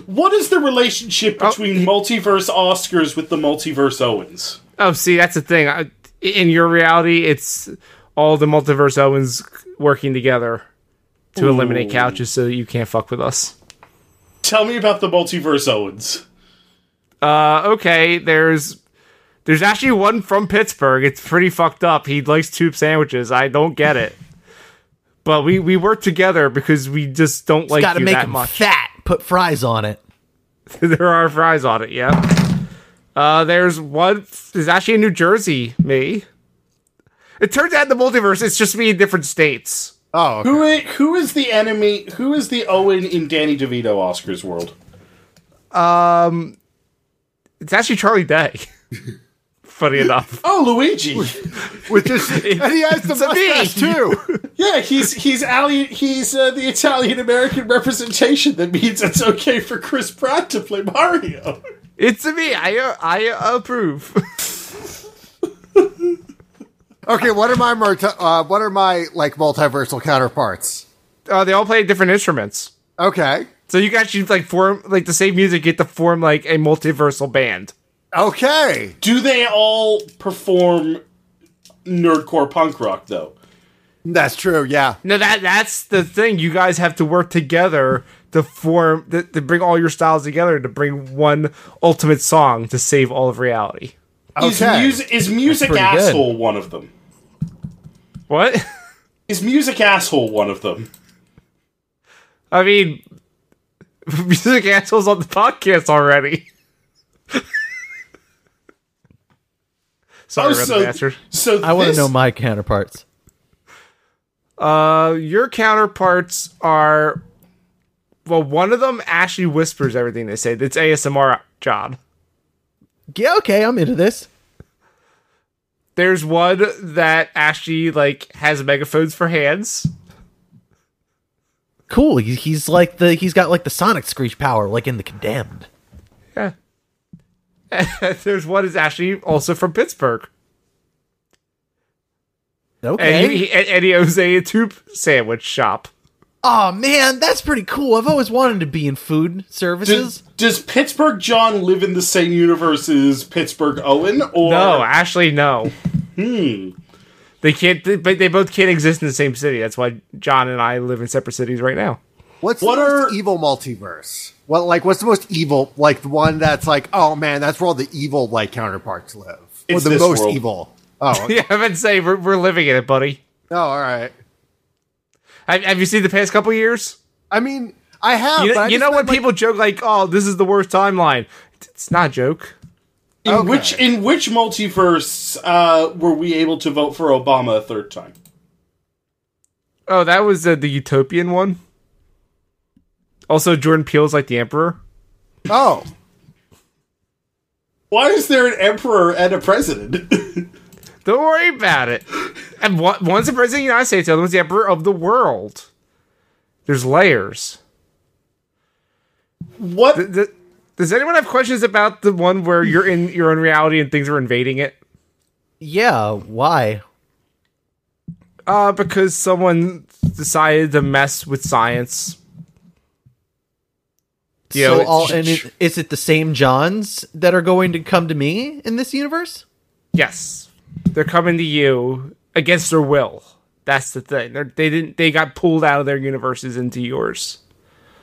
[SPEAKER 1] what is the relationship between multiverse Oscars with the multiverse Owens?
[SPEAKER 4] Oh, see, that's the thing. I, in your reality, it's all the multiverse Owens working together to eliminate couches so that you can't fuck with us.
[SPEAKER 1] Tell me about the multiverse Owens.
[SPEAKER 4] Uh, okay, there's there's actually one from Pittsburgh. It's pretty fucked up. He likes tube sandwiches. I don't get it. but we we work together because we just don't like
[SPEAKER 3] Got to
[SPEAKER 4] you
[SPEAKER 3] make
[SPEAKER 4] that
[SPEAKER 3] him
[SPEAKER 4] much.
[SPEAKER 3] fat. Put fries on it.
[SPEAKER 4] *laughs* there are fries on it. Yeah. Uh, there's one. There's actually a New Jersey me. It turns out in the multiverse, it's just me in different states.
[SPEAKER 2] Oh, okay.
[SPEAKER 1] Who is, who is the enemy? Who is the Owen in Danny DeVito Oscars world?
[SPEAKER 4] It's actually Charlie Day. *laughs* Funny enough.
[SPEAKER 1] Oh, Luigi.
[SPEAKER 2] *laughs* which is and he has the
[SPEAKER 4] It's a
[SPEAKER 2] mustache
[SPEAKER 4] me.
[SPEAKER 2] too.
[SPEAKER 1] yeah, he's he's Ali, he's uh, the Italian American representation that means it's okay for Chris Pratt to play Mario.
[SPEAKER 4] It's me. I uh, I uh, approve.
[SPEAKER 2] Okay, what are my multi- uh, what are my like multiversal counterparts?
[SPEAKER 4] Uh, they all play different instruments.
[SPEAKER 2] Okay,
[SPEAKER 4] So you can actually like form like the same music get to form like a multiversal band.
[SPEAKER 2] okay.
[SPEAKER 1] Do they all perform nerdcore punk rock though?
[SPEAKER 2] That's true. Yeah.
[SPEAKER 4] No, that that's the thing. You guys have to work together to form to, to bring all your styles together to bring one ultimate song to save all of reality.
[SPEAKER 1] Is,
[SPEAKER 2] Okay.
[SPEAKER 1] mus- is music
[SPEAKER 3] pretty good.
[SPEAKER 1] asshole one of them?
[SPEAKER 4] What? *laughs*
[SPEAKER 1] Is music asshole one of them?
[SPEAKER 4] I mean, *laughs* music assholes on the podcast already. *laughs* Sorry,
[SPEAKER 1] Oh,
[SPEAKER 4] Red
[SPEAKER 1] so-
[SPEAKER 4] Bastard.
[SPEAKER 1] So
[SPEAKER 3] I want to
[SPEAKER 1] this-
[SPEAKER 3] know my counterparts.
[SPEAKER 4] Uh, your counterparts are well, one of them actually whispers everything they say. It's ASMR John.
[SPEAKER 3] Yeah, okay, I'm into this.
[SPEAKER 4] There's one that actually like has megaphones for hands.
[SPEAKER 3] Cool. He, he's like the he's got like the sonic screech power, like in the Condemned.
[SPEAKER 4] Yeah. *laughs* There's one is actually also from Pittsburgh,
[SPEAKER 3] Okay.
[SPEAKER 4] and he, he, and he owns a tube sandwich shop.
[SPEAKER 3] oh man, that's pretty cool. I've always wanted to be in food
[SPEAKER 1] Does,
[SPEAKER 3] services.
[SPEAKER 1] does Pittsburgh John live in the same universe as Pittsburgh Owen? Or
[SPEAKER 4] No, actually, no. hmm. They can't. They, but they both can't exist in the same city. That's why John and I live in separate cities right now. *laughs*
[SPEAKER 2] What's
[SPEAKER 1] What
[SPEAKER 2] the most
[SPEAKER 1] are-
[SPEAKER 2] evil multiverse? What like what's the most evil? Like the one that's like, oh man, that's where all the evil like counterparts live.
[SPEAKER 1] It's
[SPEAKER 2] or the
[SPEAKER 1] this
[SPEAKER 2] most
[SPEAKER 1] world.
[SPEAKER 2] evil. Oh, okay.
[SPEAKER 4] Yeah, I've been saying we're, we're living in it, buddy.
[SPEAKER 2] oh, all right.
[SPEAKER 4] Have, have you seen the past couple years?
[SPEAKER 2] I mean, I have.
[SPEAKER 4] You
[SPEAKER 2] but
[SPEAKER 4] know,
[SPEAKER 2] I
[SPEAKER 4] you
[SPEAKER 2] just
[SPEAKER 4] know
[SPEAKER 2] meant,
[SPEAKER 4] when
[SPEAKER 2] like-
[SPEAKER 4] people joke like, "Oh, this is the worst timeline." It's- It's not a joke.
[SPEAKER 1] in which in which multiverse uh, were we able to vote for Obama a third time?
[SPEAKER 4] Oh, that was uh, the Utopian one. Also, Jordan Peele's like the Emperor.
[SPEAKER 2] Oh,
[SPEAKER 1] Why is there an emperor and a president? *laughs*
[SPEAKER 4] Don't worry about it. And one, one's the president of the United States, the other one's the Emperor of the world. There's layers.
[SPEAKER 1] what
[SPEAKER 4] Th- does anyone have questions about the one where you're in your own reality and things are invading it?
[SPEAKER 3] yeah, why?
[SPEAKER 4] Uh, because someone decided to mess with science. Yeah,
[SPEAKER 3] so
[SPEAKER 4] it's-
[SPEAKER 3] all and it, is it the same Johns that are going to come to me in this universe?
[SPEAKER 4] Yes, they're coming to you against their will. That's the thing. They're, they didn't. They got pulled out of their universes into yours.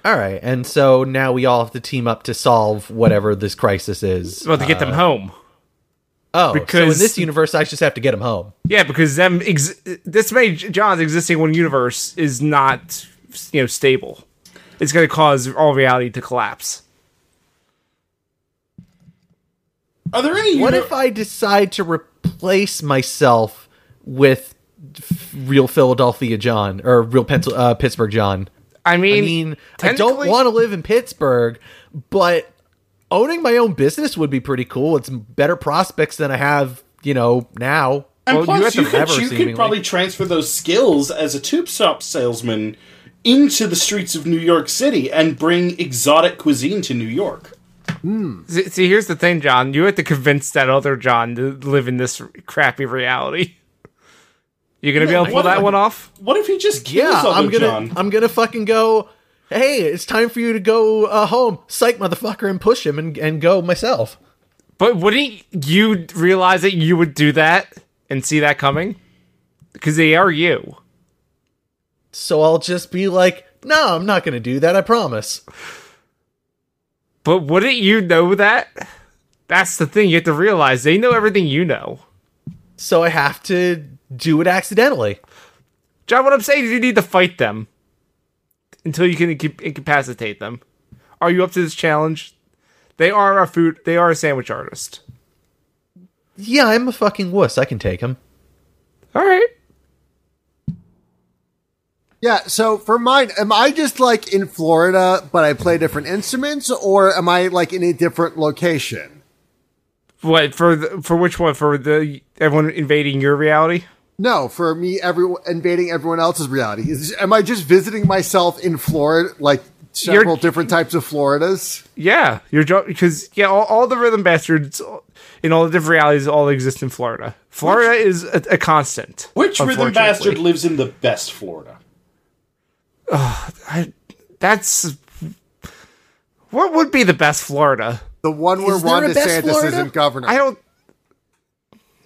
[SPEAKER 3] All right, and so now we all have to team up to solve whatever this crisis is.
[SPEAKER 4] Well, to get them home.
[SPEAKER 3] Oh, so in
[SPEAKER 4] because-
[SPEAKER 3] this universe, I just have to get them home.
[SPEAKER 4] Yeah, because them ex- this many J- Johns existing in one universe is not you know stable. It's going to cause all reality to collapse.
[SPEAKER 1] are there any?
[SPEAKER 3] What
[SPEAKER 1] uni-
[SPEAKER 3] if I decide to replace myself with f- real Philadelphia John or real Pencil- uh, Pittsburgh John?
[SPEAKER 4] I mean,
[SPEAKER 3] I mean, I don't
[SPEAKER 4] technically-
[SPEAKER 3] want to live in Pittsburgh, but owning my own business would be pretty cool. It's better prospects than I have, you know, now.
[SPEAKER 1] and
[SPEAKER 4] well, you
[SPEAKER 1] plus,
[SPEAKER 4] have to
[SPEAKER 1] you, could,
[SPEAKER 3] lever,
[SPEAKER 1] you
[SPEAKER 3] seemingly.
[SPEAKER 1] could probably transfer those skills as a tube shop salesman into the streets of New York City and bring exotic cuisine to New York.
[SPEAKER 4] See, see, here's the thing, John. You have to convince that other John to live in this crappy reality. You're going to be able to pull
[SPEAKER 1] what
[SPEAKER 4] that
[SPEAKER 1] if-
[SPEAKER 4] one off.
[SPEAKER 1] What if he just kills
[SPEAKER 3] Yeah,
[SPEAKER 1] other
[SPEAKER 3] I'm gonna,
[SPEAKER 1] John?
[SPEAKER 3] I'm gonna fucking go. Hey, it's time for you to go uh, home, psych motherfucker, and push him and, and go myself.
[SPEAKER 4] But wouldn't you realize that you would do that and see that coming? Because they are you.
[SPEAKER 3] So I'll just be like, no, I'm not gonna do that. I promise.
[SPEAKER 4] But wouldn't you know that? That's the thing. You have to realize they know everything you know.
[SPEAKER 3] So I have to do it accidentally.
[SPEAKER 4] John, what I'm saying is you need to fight them until you can inca- incapacitate them. Are you up to this challenge? They are a food. They are a sandwich artist.
[SPEAKER 3] Yeah, I'm a fucking wuss. I can take him.
[SPEAKER 4] All right.
[SPEAKER 2] Yeah, so for mine, am I just like in Florida, but I play different instruments, or am I like in a different location?
[SPEAKER 4] What for? The, for which one? For the everyone invading your reality?
[SPEAKER 2] No, for me, every invading everyone else's reality. Is, am I just visiting myself in Florida, like several
[SPEAKER 4] You're-
[SPEAKER 2] different types of Floridas?
[SPEAKER 4] Yeah, you're because yeah, all, all the rhythm bastards in all the different realities all exist in Florida. Florida is a, a constant.
[SPEAKER 1] Which rhythm
[SPEAKER 4] unfortunately.
[SPEAKER 1] bastard lives in the best Florida?
[SPEAKER 4] I, that's what would be the best Florida.
[SPEAKER 2] The one where
[SPEAKER 3] Is there
[SPEAKER 2] Ron
[SPEAKER 3] a best
[SPEAKER 2] DeSantis
[SPEAKER 3] Florida?
[SPEAKER 2] isn't governor.
[SPEAKER 4] I don't.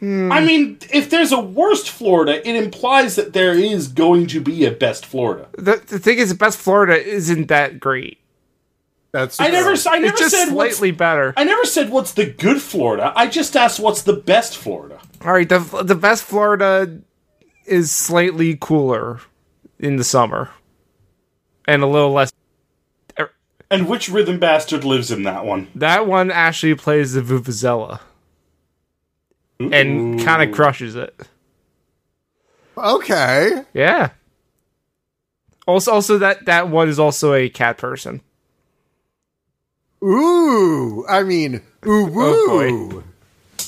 [SPEAKER 1] I mean, if there's a worst Florida, it implies that there is going to be a best Florida.
[SPEAKER 4] The, the thing is, the best Florida isn't that great.
[SPEAKER 2] That's
[SPEAKER 1] I never, I never
[SPEAKER 4] It's just
[SPEAKER 1] said what's-
[SPEAKER 4] slightly better.
[SPEAKER 1] I never said what's the good Florida. I just asked what's the best Florida.
[SPEAKER 4] All right, the the best Florida is slightly cooler in the summer and a little less.
[SPEAKER 1] And which rhythm bastard lives in that one?
[SPEAKER 4] That one actually plays the vuvuzela and kind of crushes it.
[SPEAKER 2] okay.
[SPEAKER 4] Yeah. Also, also that that one is also a cat person.
[SPEAKER 2] Ooh, I mean, ooh, woo.
[SPEAKER 4] Oh,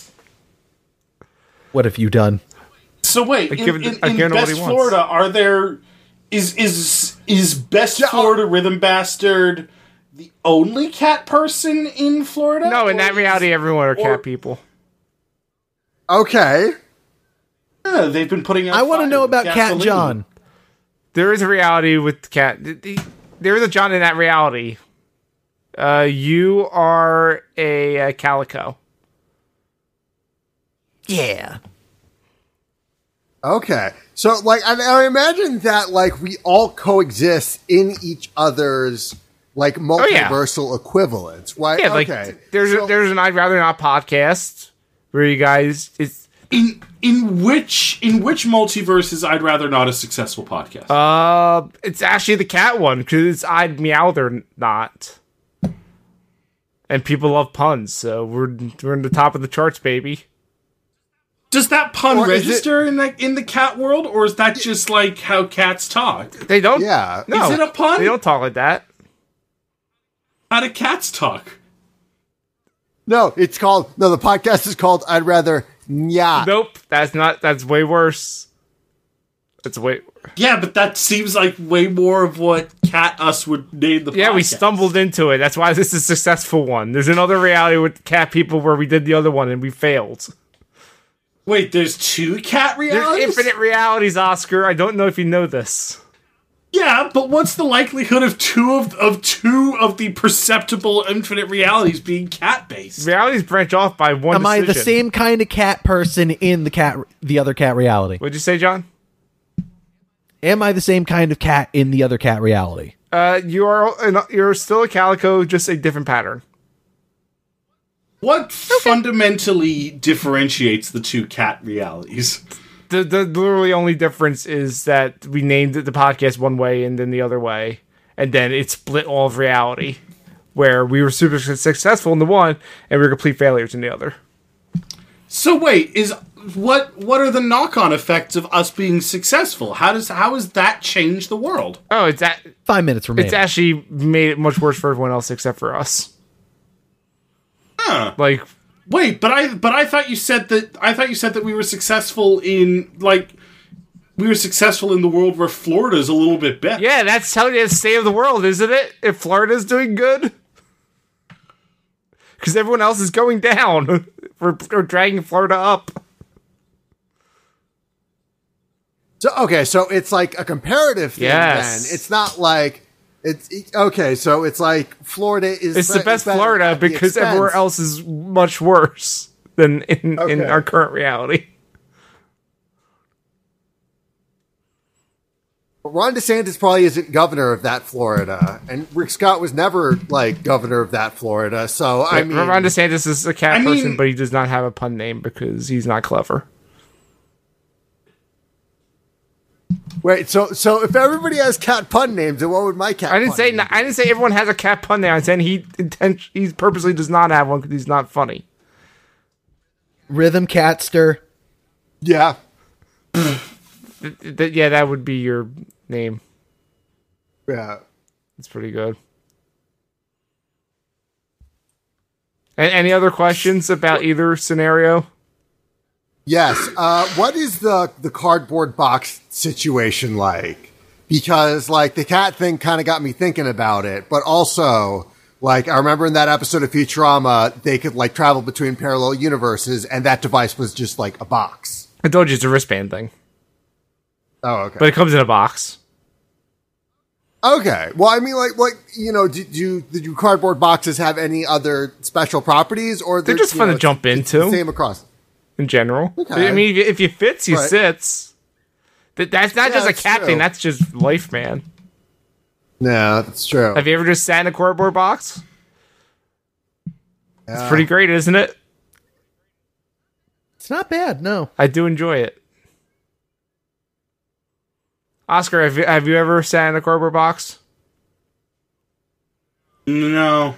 [SPEAKER 3] What have you done?
[SPEAKER 1] So wait,
[SPEAKER 4] I
[SPEAKER 1] in,
[SPEAKER 4] give it-
[SPEAKER 1] in-
[SPEAKER 4] I
[SPEAKER 1] in
[SPEAKER 4] give it what
[SPEAKER 1] best
[SPEAKER 4] he wants.
[SPEAKER 1] Florida, are there is is is best
[SPEAKER 2] Yeah, uh,
[SPEAKER 1] Florida rhythm bastard the only cat person in Florida?
[SPEAKER 4] No, in
[SPEAKER 1] Or
[SPEAKER 4] that
[SPEAKER 1] is-
[SPEAKER 4] reality, everyone are
[SPEAKER 1] or-
[SPEAKER 4] cat people.
[SPEAKER 2] Okay.
[SPEAKER 1] Yeah, they've been putting. Out
[SPEAKER 3] I want to
[SPEAKER 1] fire
[SPEAKER 3] know
[SPEAKER 1] with
[SPEAKER 3] about Cat
[SPEAKER 1] gasoline.
[SPEAKER 3] John.
[SPEAKER 4] There is a reality with cat. th- th- There is a John in that reality. Uh, you are a, uh calico.
[SPEAKER 3] Yeah.
[SPEAKER 2] Okay. So, like, I, I imagine that, like, we all coexist in each other's, like,
[SPEAKER 4] Oh, yeah.
[SPEAKER 2] multiversal equivalents, right?
[SPEAKER 4] Yeah, like
[SPEAKER 2] okay.
[SPEAKER 4] there's
[SPEAKER 2] So-
[SPEAKER 4] a, there's an I'd rather not podcast where you guys it's
[SPEAKER 1] In in which in which multiverses I'd rather not a successful podcast.
[SPEAKER 4] uh it's actually the cat one because I'd meow they're not, and people love puns, so we're we're in the top of the charts, baby.
[SPEAKER 1] Does that pun
[SPEAKER 2] Or is it-
[SPEAKER 1] register in the in the cat world, or is that just like how cats talk?
[SPEAKER 4] They don't.
[SPEAKER 2] Yeah.
[SPEAKER 4] No.
[SPEAKER 1] Is it a pun?
[SPEAKER 4] They don't talk like that.
[SPEAKER 1] How do cats talk?
[SPEAKER 2] no, it's called, no, the podcast is called I'd Rather Nya.
[SPEAKER 4] Nope. That's not. That's way worse. That's way.
[SPEAKER 1] Yeah, but that seems like way more of what cat us would name the.
[SPEAKER 4] Yeah, we
[SPEAKER 1] podcast.
[SPEAKER 4] stumbled into it. That's why this is a successful one. There's another reality with cat people where we did the other one and we failed.
[SPEAKER 1] Wait, there's two cat
[SPEAKER 4] There's
[SPEAKER 1] realities.
[SPEAKER 4] infinite realities, Oscar. I don't know if you know this.
[SPEAKER 1] Yeah, but what's the likelihood of two of of two of the perceptible infinite realities being cat based?
[SPEAKER 4] Realities branch off by one.
[SPEAKER 3] Am I the
[SPEAKER 4] decision.
[SPEAKER 3] same kind of cat person in the cat, the other cat reality?
[SPEAKER 4] What'd you say, John?
[SPEAKER 3] Am I the same kind of cat in the other cat reality?
[SPEAKER 4] Uh, you are an, you're still a calico, just a different pattern.
[SPEAKER 1] What fundamentally differentiates the two cat realities?
[SPEAKER 4] the the literally only difference is that we named the podcast one way and then the other way, and then it split all of reality, where we were super su- successful in the one and we were complete failures in the other.
[SPEAKER 1] So wait, is what what are the knock on effects of us being successful? How does how does that change the world?
[SPEAKER 4] Oh, it's that
[SPEAKER 3] Five minutes remaining.
[SPEAKER 4] it's actually made it much worse for everyone else except for us. Like
[SPEAKER 1] Wait, but I but I thought you said that I thought you said that we were successful in like we were successful in the world where Florida's a little bit better.
[SPEAKER 4] yeah, that's telling you the state of the world, isn't it? If Florida's doing good. Because everyone else is going down. *laughs* we're, we're dragging Florida up.
[SPEAKER 2] So, okay, so it's like a comparative thing
[SPEAKER 4] Yes.
[SPEAKER 2] then. It's not like, it's, okay, so it's like Florida is
[SPEAKER 4] It's the
[SPEAKER 2] be-
[SPEAKER 4] best
[SPEAKER 2] better
[SPEAKER 4] Florida
[SPEAKER 2] at the
[SPEAKER 4] because everywhere
[SPEAKER 2] expense.
[SPEAKER 4] else is much worse than in, in
[SPEAKER 2] Okay.
[SPEAKER 4] our current reality.
[SPEAKER 2] Ron DeSantis probably isn't governor of that Florida, and Rick Scott was never like governor of that Florida. So I mean,
[SPEAKER 4] Ron DeSantis is a cat
[SPEAKER 1] I
[SPEAKER 4] person,
[SPEAKER 1] mean-
[SPEAKER 4] but he does not have a pun name because he's not clever.
[SPEAKER 2] wait. So so if everybody has cat pun names, then what would my cat?
[SPEAKER 4] I didn't
[SPEAKER 2] pun
[SPEAKER 4] say
[SPEAKER 2] name
[SPEAKER 4] n- I didn't say everyone has a cat pun name. I said he inten- he purposely does not have one because he's not funny.
[SPEAKER 3] Rhythm Catster.
[SPEAKER 2] be? Yeah.
[SPEAKER 4] Th- th- yeah, that would be your name.
[SPEAKER 2] Yeah.
[SPEAKER 4] It's pretty good. A- any other questions about either scenario?
[SPEAKER 2] Yes. Uh, what is the the cardboard box situation like? Because like the cat thing kind of got me thinking about it, but also like I remember in that episode of Futurama, they could like travel between parallel universes, and that device was just like a box.
[SPEAKER 4] I told you it's a wristband thing,
[SPEAKER 2] Oh, okay.
[SPEAKER 4] but it comes in a box.
[SPEAKER 2] okay. Well, I mean, like, like you know, do, do do cardboard boxes have any other special properties, or
[SPEAKER 4] They're just
[SPEAKER 2] you
[SPEAKER 4] fun
[SPEAKER 2] know,
[SPEAKER 4] to jump
[SPEAKER 2] it's the
[SPEAKER 4] into.
[SPEAKER 2] Same across.
[SPEAKER 4] in general.
[SPEAKER 2] Okay.
[SPEAKER 4] I mean, if, if you fits, you
[SPEAKER 2] Right.
[SPEAKER 4] sits. That, that's not
[SPEAKER 2] Yeah,
[SPEAKER 4] just a
[SPEAKER 2] that's
[SPEAKER 4] cat
[SPEAKER 2] true.
[SPEAKER 4] thing. That's just life, man.
[SPEAKER 2] No, that's true.
[SPEAKER 4] Have you ever just sat in a cardboard box? It's pretty great, isn't it?
[SPEAKER 3] It's not bad, no.
[SPEAKER 4] I do enjoy it. Oscar, have you, have you ever sat in a cardboard box?
[SPEAKER 1] No.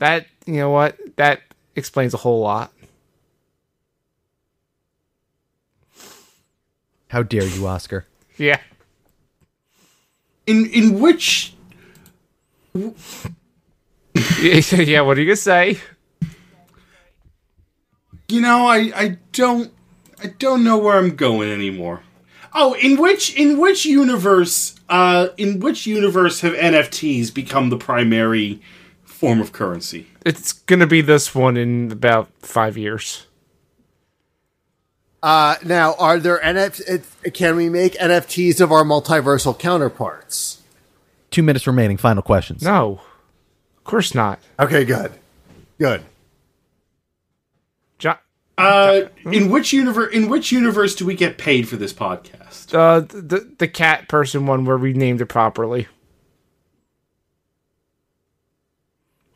[SPEAKER 4] That you know what that explains a whole lot.
[SPEAKER 3] How dare you, Oscar?
[SPEAKER 4] Yeah,
[SPEAKER 1] In in which
[SPEAKER 4] *laughs* yeah. What are you gonna say?
[SPEAKER 1] you know I I don't I don't know where I'm going anymore. Oh, in which in which universe uh in which universe have NFTs become the primary form of currency?
[SPEAKER 4] It's gonna be this one in about five years.
[SPEAKER 2] Uh, now, are there NF? it- Can we make NFTs of our multiversal counterparts?
[SPEAKER 3] Two minutes remaining. Final questions.
[SPEAKER 4] No, of course not.
[SPEAKER 2] Okay, good, good.
[SPEAKER 4] Jo-
[SPEAKER 1] Uh
[SPEAKER 2] Hmm?
[SPEAKER 1] in which universe in which universe do we get paid for this podcast?
[SPEAKER 4] Uh, th- the the cat person one where we named it properly.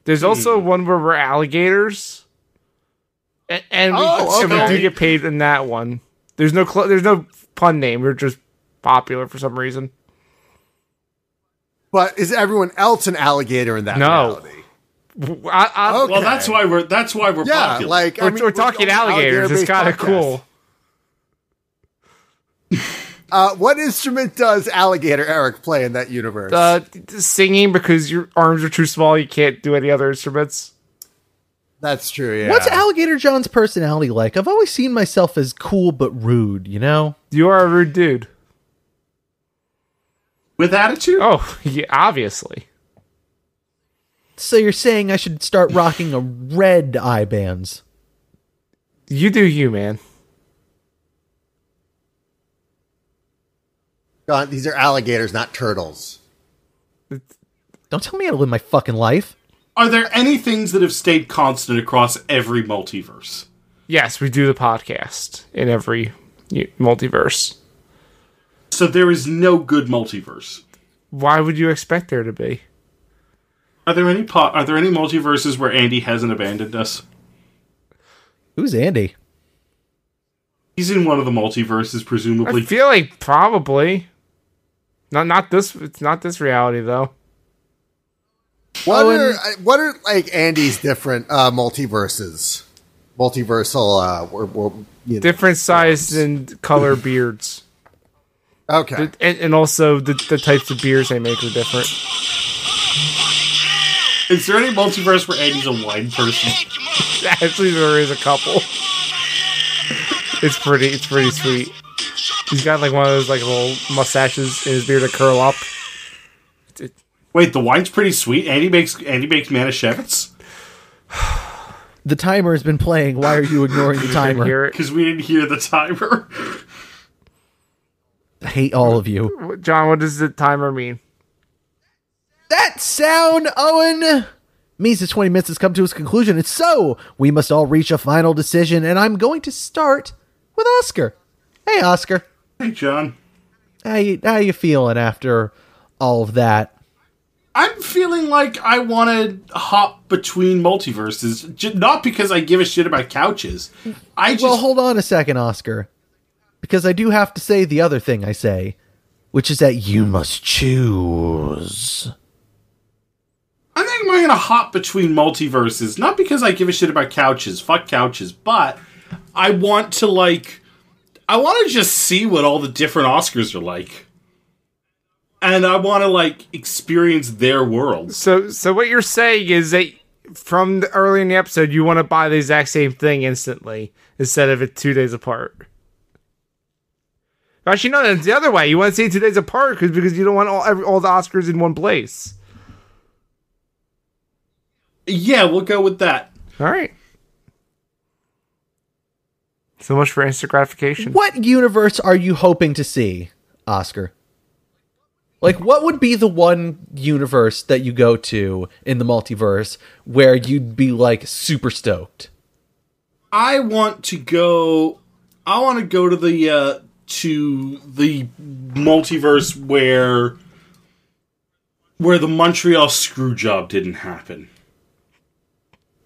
[SPEAKER 4] There's also one where we're alligators, and, and we,
[SPEAKER 2] Oh,
[SPEAKER 4] *laughs* and we
[SPEAKER 2] okay.
[SPEAKER 4] do get paid in that one. There's no cl- there's no pun name. We're just popular for some reason.
[SPEAKER 2] But is everyone else an alligator in that
[SPEAKER 4] No.
[SPEAKER 2] reality?
[SPEAKER 4] W- I, I,
[SPEAKER 2] Okay.
[SPEAKER 1] Well, that's why we're that's why we're
[SPEAKER 2] Yeah,
[SPEAKER 1] popular.
[SPEAKER 2] like I
[SPEAKER 4] we're,
[SPEAKER 2] mean,
[SPEAKER 4] we're talking
[SPEAKER 2] the only
[SPEAKER 4] alligators. It's kind
[SPEAKER 2] alligator-based
[SPEAKER 4] of cool.
[SPEAKER 2] podcast. Uh, what instrument does alligator Eric play in that universe?
[SPEAKER 4] Uh, th- singing because your arms are too small. You can't do any other instruments.
[SPEAKER 2] that's true. Yeah.
[SPEAKER 3] What's Alligator John's personality like? I've always seen myself as cool but rude, you know?
[SPEAKER 4] You are a rude dude.
[SPEAKER 1] with attitude?
[SPEAKER 4] Oh, *laughs* yeah, obviously.
[SPEAKER 3] So you're saying I should start rocking a red eye bands?
[SPEAKER 4] You do you, man.
[SPEAKER 2] John, Uh, these are alligators, not turtles.
[SPEAKER 3] Don't tell me how to live my fucking life.
[SPEAKER 1] Are there any things that have stayed constant across every multiverse?
[SPEAKER 4] Yes, we do the podcast in every u- multiverse.
[SPEAKER 1] So there is no good multiverse.
[SPEAKER 4] Why would you expect there to be?
[SPEAKER 1] Are there any po- are there any multiverses where Andy hasn't abandoned us?
[SPEAKER 3] Who's Andy?
[SPEAKER 1] He's in one of the multiverses,
[SPEAKER 4] I
[SPEAKER 1] presumably.
[SPEAKER 4] feel like probably not. Not this. It's not this reality though.
[SPEAKER 2] What
[SPEAKER 3] Oh, and-
[SPEAKER 2] are I- what are like Andy's different uh, multiverses? Multiversal. Uh, wor- wor- you know.
[SPEAKER 4] Different size and color beards,
[SPEAKER 2] okay.
[SPEAKER 4] and, and also the, the types of beers they make are different.
[SPEAKER 1] is there any multiverse where Andy's a wine person?
[SPEAKER 4] *laughs* Actually, there is a couple. It's pretty. It's pretty sweet. He's got like one of those like little mustaches in his beard that curl up. It's- it-
[SPEAKER 1] Wait, the wine's pretty sweet. Andy makes Andy makes manischewitz
[SPEAKER 3] The timer has been playing. Why are you ignoring the
[SPEAKER 4] I can
[SPEAKER 3] timer?
[SPEAKER 4] hear it.
[SPEAKER 1] because we didn't hear the timer. *laughs*
[SPEAKER 3] I hate all of you.
[SPEAKER 4] What- John, what does the timer mean?
[SPEAKER 3] That sound, Owen, means the 20 minutes has come to its conclusion. And so we must all reach a final decision. And I'm going to start with Oscar. Hey, Oscar.
[SPEAKER 1] hey, John.
[SPEAKER 3] How you, how you feeling after all of that?
[SPEAKER 1] I'm feeling like I want to hop between multiverses, J- not because I give a shit about couches. I just
[SPEAKER 3] Well, hold on a second, Oscar. Because I do have to say the other thing I say, which is that you must choose.
[SPEAKER 1] I think I'm going to hop between multiverses, not because I give a shit about couches, fuck couches, but I want to like, I- I want to just see what all the different Oscars are like. And I want to like experience their worlds.
[SPEAKER 4] So, so what you're saying is that from the, early in the episode, you want to buy the exact same thing instantly instead of it two days apart. Actually, no, it's the other way. You want to see it two days apart 'cause- because you don't want all every, all the Oscars in one place.
[SPEAKER 1] Yeah, we'll go with that.
[SPEAKER 4] All right. So much for instant gratification.
[SPEAKER 3] What universe are you hoping to see, Oscar? Like, what would be the one universe that you go to in the multiverse where you'd be like super stoked?
[SPEAKER 1] I want to go. I want to go to the uh, to the multiverse where where the Montreal screw job didn't happen.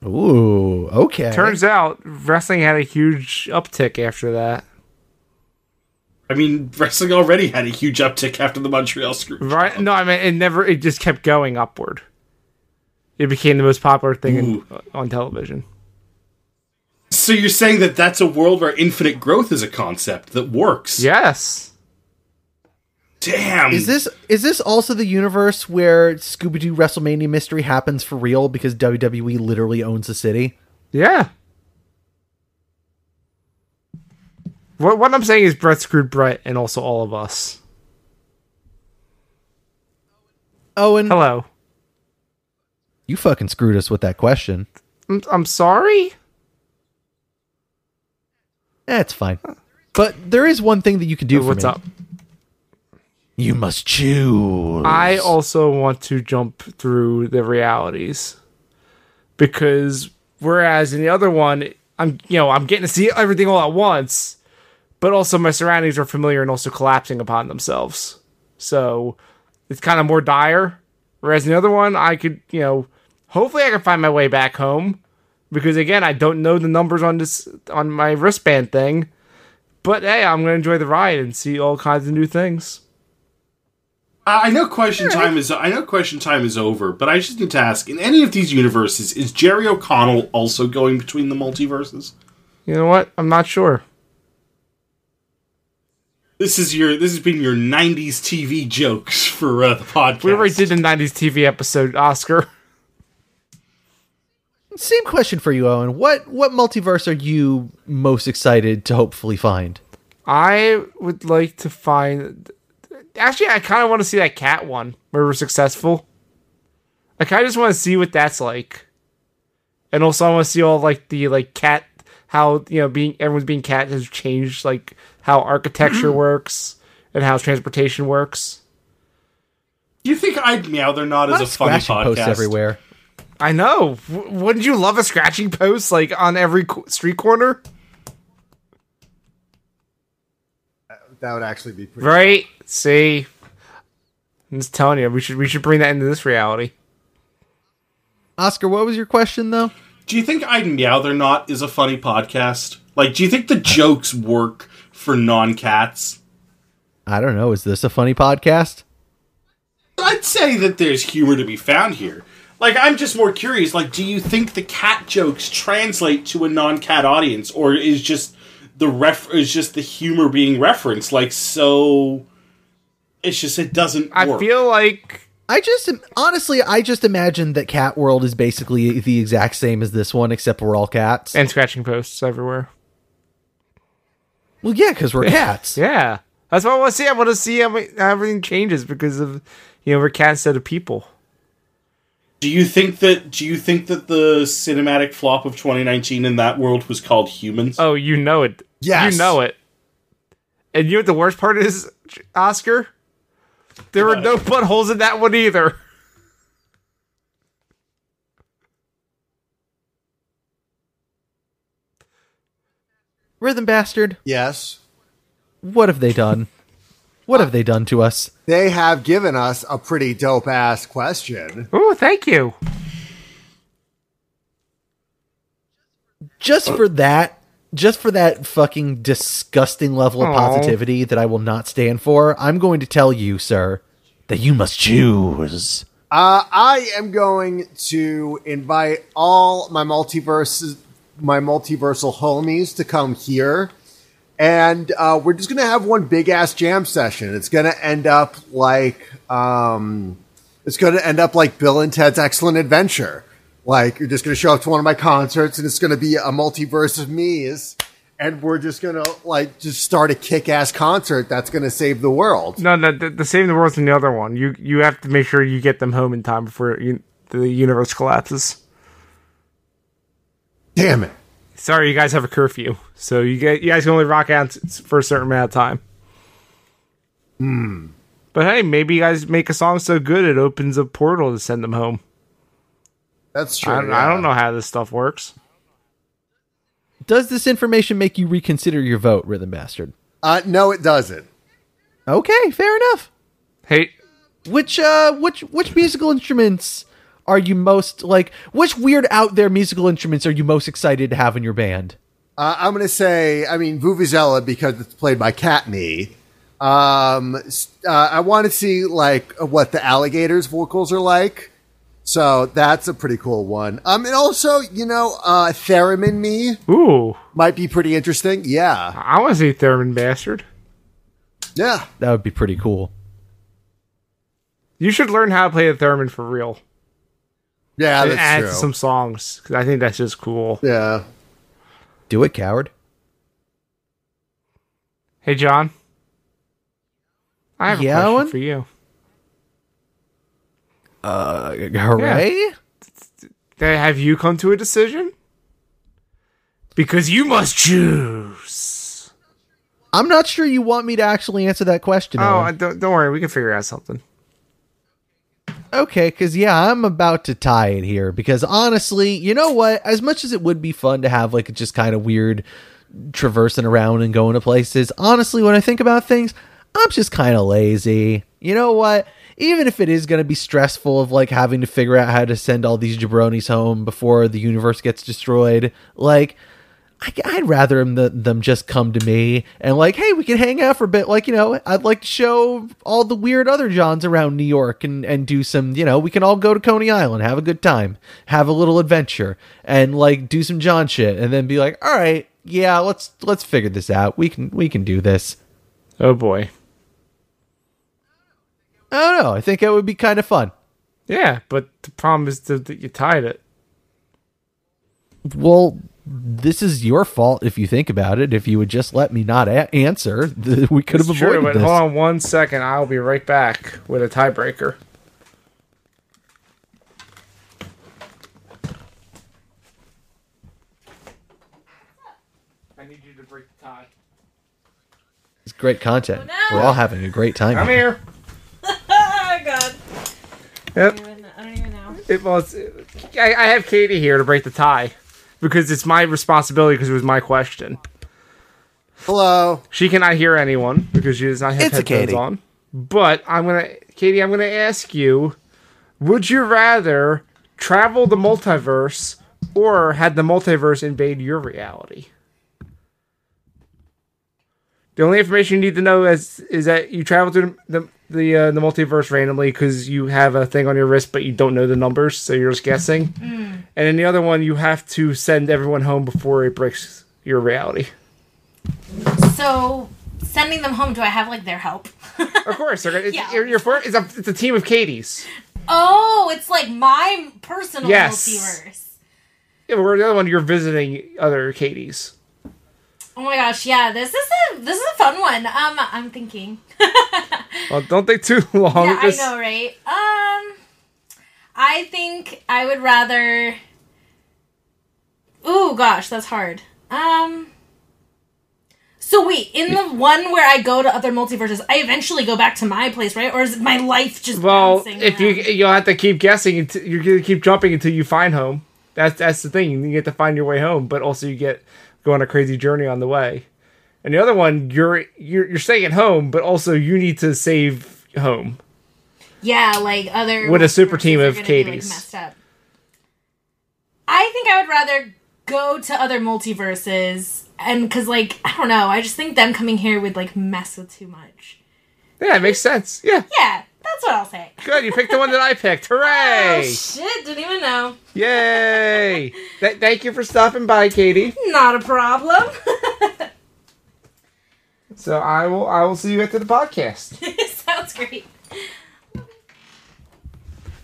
[SPEAKER 3] Ooh, okay.
[SPEAKER 4] Turns out wrestling had a huge uptick after that.
[SPEAKER 1] I mean, wrestling already had a huge uptick after the Montreal screw. job.
[SPEAKER 4] Right? No, I mean it never. It just kept going upward. It became the most popular thing in, uh, on television.
[SPEAKER 1] So you're saying that that's a world where infinite growth is a concept that works?
[SPEAKER 4] Yes.
[SPEAKER 1] Damn.
[SPEAKER 3] is this is this also the universe where Scooby Doo WrestleMania mystery happens for real because WWE literally owns the city?
[SPEAKER 4] Yeah. What what I'm saying is Brett screwed Brett and also all of us.
[SPEAKER 3] Oh, and
[SPEAKER 4] Hello.
[SPEAKER 3] you fucking screwed us with that question.
[SPEAKER 4] I'm, I'm sorry.
[SPEAKER 3] Eh, it's fine. But there is one thing that you can do for
[SPEAKER 4] What's
[SPEAKER 3] me.
[SPEAKER 4] up?
[SPEAKER 3] You must choose.
[SPEAKER 4] I also want to jump through the realities because whereas in the other one, I'm you know I'm getting to see everything all at once, but also my surroundings are familiar and also collapsing upon themselves. So it's kind of more dire. Whereas in the other one, I could you know hopefully I can find my way back home because again I don't know the numbers on this on my wristband thing. But hey, I'm gonna enjoy the ride and see all kinds of new things.
[SPEAKER 1] Uh, I know question time is I know question time is over, but I just need to ask: in any of these universes, is Jerry O'Connell also going between the multiverses?
[SPEAKER 4] You know what? I'm not sure.
[SPEAKER 1] This is your this has been your '90s TV jokes for uh, the podcast.
[SPEAKER 4] We already did the 90s TV episode, Oscar.
[SPEAKER 3] Same question for you, Owen. What what multiverse are you most excited to hopefully find?
[SPEAKER 4] I would like to find. Actually, I kind of want to see that cat one where we're successful. I kind of just want to see what that's like, and also I want to see all like the like cat how you know being everyone's being cat has changed like how *clears throat* architecture works and how transportation works.
[SPEAKER 1] Do you think I'd meow? They're not as a funny
[SPEAKER 3] Scratching posts
[SPEAKER 1] podcast.
[SPEAKER 3] everywhere.
[SPEAKER 4] I know. W- wouldn't you love a scratching post like on every co- street corner?
[SPEAKER 2] That would actually be pretty.
[SPEAKER 4] Right? See, I'm just telling you, we should we should bring that into this reality.
[SPEAKER 3] Oscar, what was your question though?
[SPEAKER 1] Do you think I'd meow? They're not is a funny podcast. Like, do you think the jokes work for non-cats?
[SPEAKER 3] I don't know. Is this a funny podcast?
[SPEAKER 1] I'd say that there's humor to be found here. Like, I'm just more curious. Like, do you think the cat jokes translate to a non-cat audience, or is just the ref is just the humor being referenced? Like, so it's just it doesn't.
[SPEAKER 4] I
[SPEAKER 1] work.
[SPEAKER 4] feel like
[SPEAKER 3] I just honestly, I just imagine that Cat World is basically the exact same as this one, except we're all cats.
[SPEAKER 4] and scratching posts everywhere.
[SPEAKER 3] well, yeah, because we're cats.
[SPEAKER 4] Yeah, that's what I want to see. I want to see how, my- how everything changes because of you know we're cats instead of people.
[SPEAKER 1] Do you think that do you think that the cinematic flop of 2019 in that world was called Humans?
[SPEAKER 4] Oh, you know it.
[SPEAKER 2] Yes.
[SPEAKER 4] you know it. And you know what the worst part is, Oscar? There were no buttholes in that one either.
[SPEAKER 3] Rhythm bastard.
[SPEAKER 2] Yes.
[SPEAKER 3] What have they done? what have they done to us?
[SPEAKER 2] They have given us a pretty dope ass question.
[SPEAKER 4] Oh, thank you.
[SPEAKER 3] Just for that, just for that fucking disgusting level of
[SPEAKER 4] Aw.
[SPEAKER 3] positivity that I will not stand for, I'm going to tell you, sir, that you must choose.
[SPEAKER 2] Uh, I am going to invite all my multiverses, my multiversal homies to come here and uh, we're just gonna have one big ass jam session. It's gonna end up like um, it's gonna end up like Bill and Ted's Excellent Adventure. Like you're just gonna show up to one of my concerts, and it's gonna be a multiverse of me's, and we're just gonna like just start a kick ass concert that's gonna save the world.
[SPEAKER 4] No, no, the, the saving the world's in the other one. You you have to make sure you get them home in time before you, the universe collapses.
[SPEAKER 2] Damn it.
[SPEAKER 4] Sorry, you guys have a curfew, so you get you guys can only rock out s- for a certain amount of time. Hmm.
[SPEAKER 3] Hmm.
[SPEAKER 4] But hey, maybe you guys make a song so good it opens a portal to send them home.
[SPEAKER 2] That's true.
[SPEAKER 4] I don't, I
[SPEAKER 2] yeah.
[SPEAKER 4] don't know how this stuff works.
[SPEAKER 3] Does this information make you reconsider your vote, Rhythm Bastard?
[SPEAKER 2] Uh, no, it doesn't.
[SPEAKER 3] Okay, fair enough.
[SPEAKER 4] Hey,
[SPEAKER 3] Which uh which which musical instruments are you most like which weird out there musical instruments are you most excited to have in your band?
[SPEAKER 2] Uh, I'm going to say, I mean, Vuvuzela because it's played by Katney. Um, s- uh, I want to see like what the alligators' vocals are like. So that's a pretty cool one. Um, and also, you know, uh, Theremin Me
[SPEAKER 4] ooh,
[SPEAKER 2] might be pretty interesting. Yeah,
[SPEAKER 4] I want to see Thurman Bastard.
[SPEAKER 2] yeah.
[SPEAKER 3] That would be pretty cool.
[SPEAKER 4] You should learn how to play the theremin for real.
[SPEAKER 2] Yeah,
[SPEAKER 4] and add
[SPEAKER 2] that's
[SPEAKER 4] to
[SPEAKER 2] true.
[SPEAKER 4] some songs because I think that's just cool.
[SPEAKER 2] yeah.
[SPEAKER 3] Do it, coward.
[SPEAKER 4] Hey, John, I have a
[SPEAKER 3] Yeah,
[SPEAKER 4] question
[SPEAKER 3] Owen?
[SPEAKER 4] for you.
[SPEAKER 3] Uh hooray?
[SPEAKER 4] They have you come to a decision because you must choose.
[SPEAKER 3] I'm not sure you want me to actually answer that question.
[SPEAKER 4] Oh, I
[SPEAKER 3] Owen.
[SPEAKER 4] don't, don't worry, we can figure out something.
[SPEAKER 3] Okay, because yeah, I'm about to tie it here because honestly, you know what? As much as it would be fun to have like just kind of weird traversing around and going to places, honestly, when I think about things, I'm just kind of lazy. You know what? Even if it is going to be stressful of like having to figure out how to send all these jabronis home before the universe gets destroyed, like I, would rather them, th- them just come to me and like, hey, we can hang out for a bit. Like, you know, I'd like to show all the weird other Johns around New York and and do some, you know, we can all go to Coney Island, have a good time, have a little adventure, and like do some John shit, and then be like, all right, yeah, let's let's figure this out. We can we can do this.
[SPEAKER 4] Oh boy,
[SPEAKER 3] I don't know. I think it would be kind of fun.
[SPEAKER 4] yeah, but the problem is that that you tied it.
[SPEAKER 3] Well. This is your fault if you think about it. If you would just let me not a- answer, *laughs* th- we could have
[SPEAKER 4] It's true,
[SPEAKER 3] avoided
[SPEAKER 4] but
[SPEAKER 3] this.
[SPEAKER 4] hold on one second. I'll be right back with a tiebreaker. I need you to break the tie.
[SPEAKER 3] It's great content.
[SPEAKER 5] Oh, no.
[SPEAKER 3] We're all having a great time.
[SPEAKER 4] I'm
[SPEAKER 3] here.
[SPEAKER 4] here.
[SPEAKER 5] Oh god.
[SPEAKER 4] Yep.
[SPEAKER 5] Even- I don't even know.
[SPEAKER 4] It was. I, I have Katie here to break the tie because it's my responsibility because it was my question.
[SPEAKER 2] Hello.
[SPEAKER 4] She cannot hear anyone because she does not have
[SPEAKER 6] It's a
[SPEAKER 4] headphones
[SPEAKER 6] Katie.
[SPEAKER 4] on. But I'm gonna, Katie. I'm gonna ask you: Would you rather travel the multiverse or had the multiverse invade your reality? The only information you need to know is is that you travel through the the uh, the multiverse randomly because you have a thing on your wrist, but you don't know the numbers, so you're just guessing. And in the other one, you have to send everyone home before it breaks your reality.
[SPEAKER 5] So sending them home, do I have like their help?
[SPEAKER 4] Of course, they're gonna, it's,
[SPEAKER 5] Yeah.
[SPEAKER 4] you're, you're for, it's, a, it's a team of Katie's.
[SPEAKER 5] *laughs* oh, it's like my personal
[SPEAKER 4] Yes.
[SPEAKER 5] multiverse.
[SPEAKER 4] Yeah, we're the other one. You're visiting other Katie's.
[SPEAKER 5] Oh my gosh, yeah, this is a this is a fun one. Um I'm thinking. *laughs*
[SPEAKER 4] Well, don't think too *laughs* long.
[SPEAKER 5] Yeah, I
[SPEAKER 4] This-
[SPEAKER 5] know, right? Um, I think I would rather. Ooh, gosh, that's hard. Um. So wait, in the one where I go to other multiverses, I eventually go back to my place, right? Or is my life just
[SPEAKER 4] Well,
[SPEAKER 5] bouncing
[SPEAKER 4] if you
[SPEAKER 5] around?
[SPEAKER 4] you'll have to keep guessing. Until, you're gonna keep jumping until you find home. That's that's the thing. You get to find your way home, but also you get go on a crazy journey on the way. And the other one, you're you're you're staying at home, but also you need to save home.
[SPEAKER 5] yeah, like other
[SPEAKER 4] With a super
[SPEAKER 5] multiverses
[SPEAKER 4] team
[SPEAKER 5] are
[SPEAKER 4] of
[SPEAKER 5] gonna be, like,
[SPEAKER 4] Katie's.
[SPEAKER 5] messed up. I think I would rather go to other multiverses, and because like I don't know, I just think them coming here would like mess with too much.
[SPEAKER 4] Yeah, it
[SPEAKER 5] *laughs*
[SPEAKER 4] makes sense. Yeah,
[SPEAKER 5] Yeah, that's what I'll say.
[SPEAKER 4] good. You picked the one that I picked. Hooray!
[SPEAKER 5] Oh shit, didn't even know. *laughs*
[SPEAKER 4] Yay! Th- thank you for stopping by, Katie.
[SPEAKER 5] Not a problem.
[SPEAKER 4] So I will I will see you after the
[SPEAKER 3] *laughs*
[SPEAKER 4] podcast.
[SPEAKER 5] Sounds great.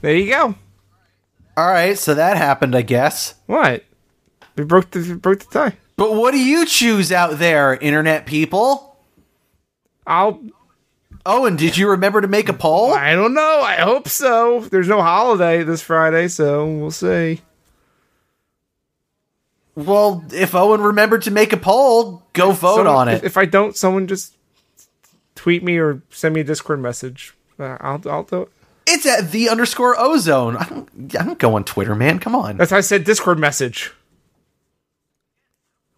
[SPEAKER 4] There you go.
[SPEAKER 3] All right, so that happened, I guess.
[SPEAKER 4] What? We broke the we broke the tie.
[SPEAKER 3] But what do you choose out there, internet people?
[SPEAKER 4] I'll
[SPEAKER 3] Owen, did you remember to make a poll?
[SPEAKER 4] I don't know. I hope so. There's no holiday this Friday, so we'll see.
[SPEAKER 3] Well, if Owen remembered to make a poll, go vote
[SPEAKER 4] Someone-
[SPEAKER 3] on
[SPEAKER 4] If,
[SPEAKER 3] it.
[SPEAKER 4] if I don't, someone just tweet me or send me a Discord message. Uh, I'll I'll do it.
[SPEAKER 3] It's at the underscore ozone. I don't, I don't go on Twitter, man. Come on.
[SPEAKER 4] That's how I said Discord message.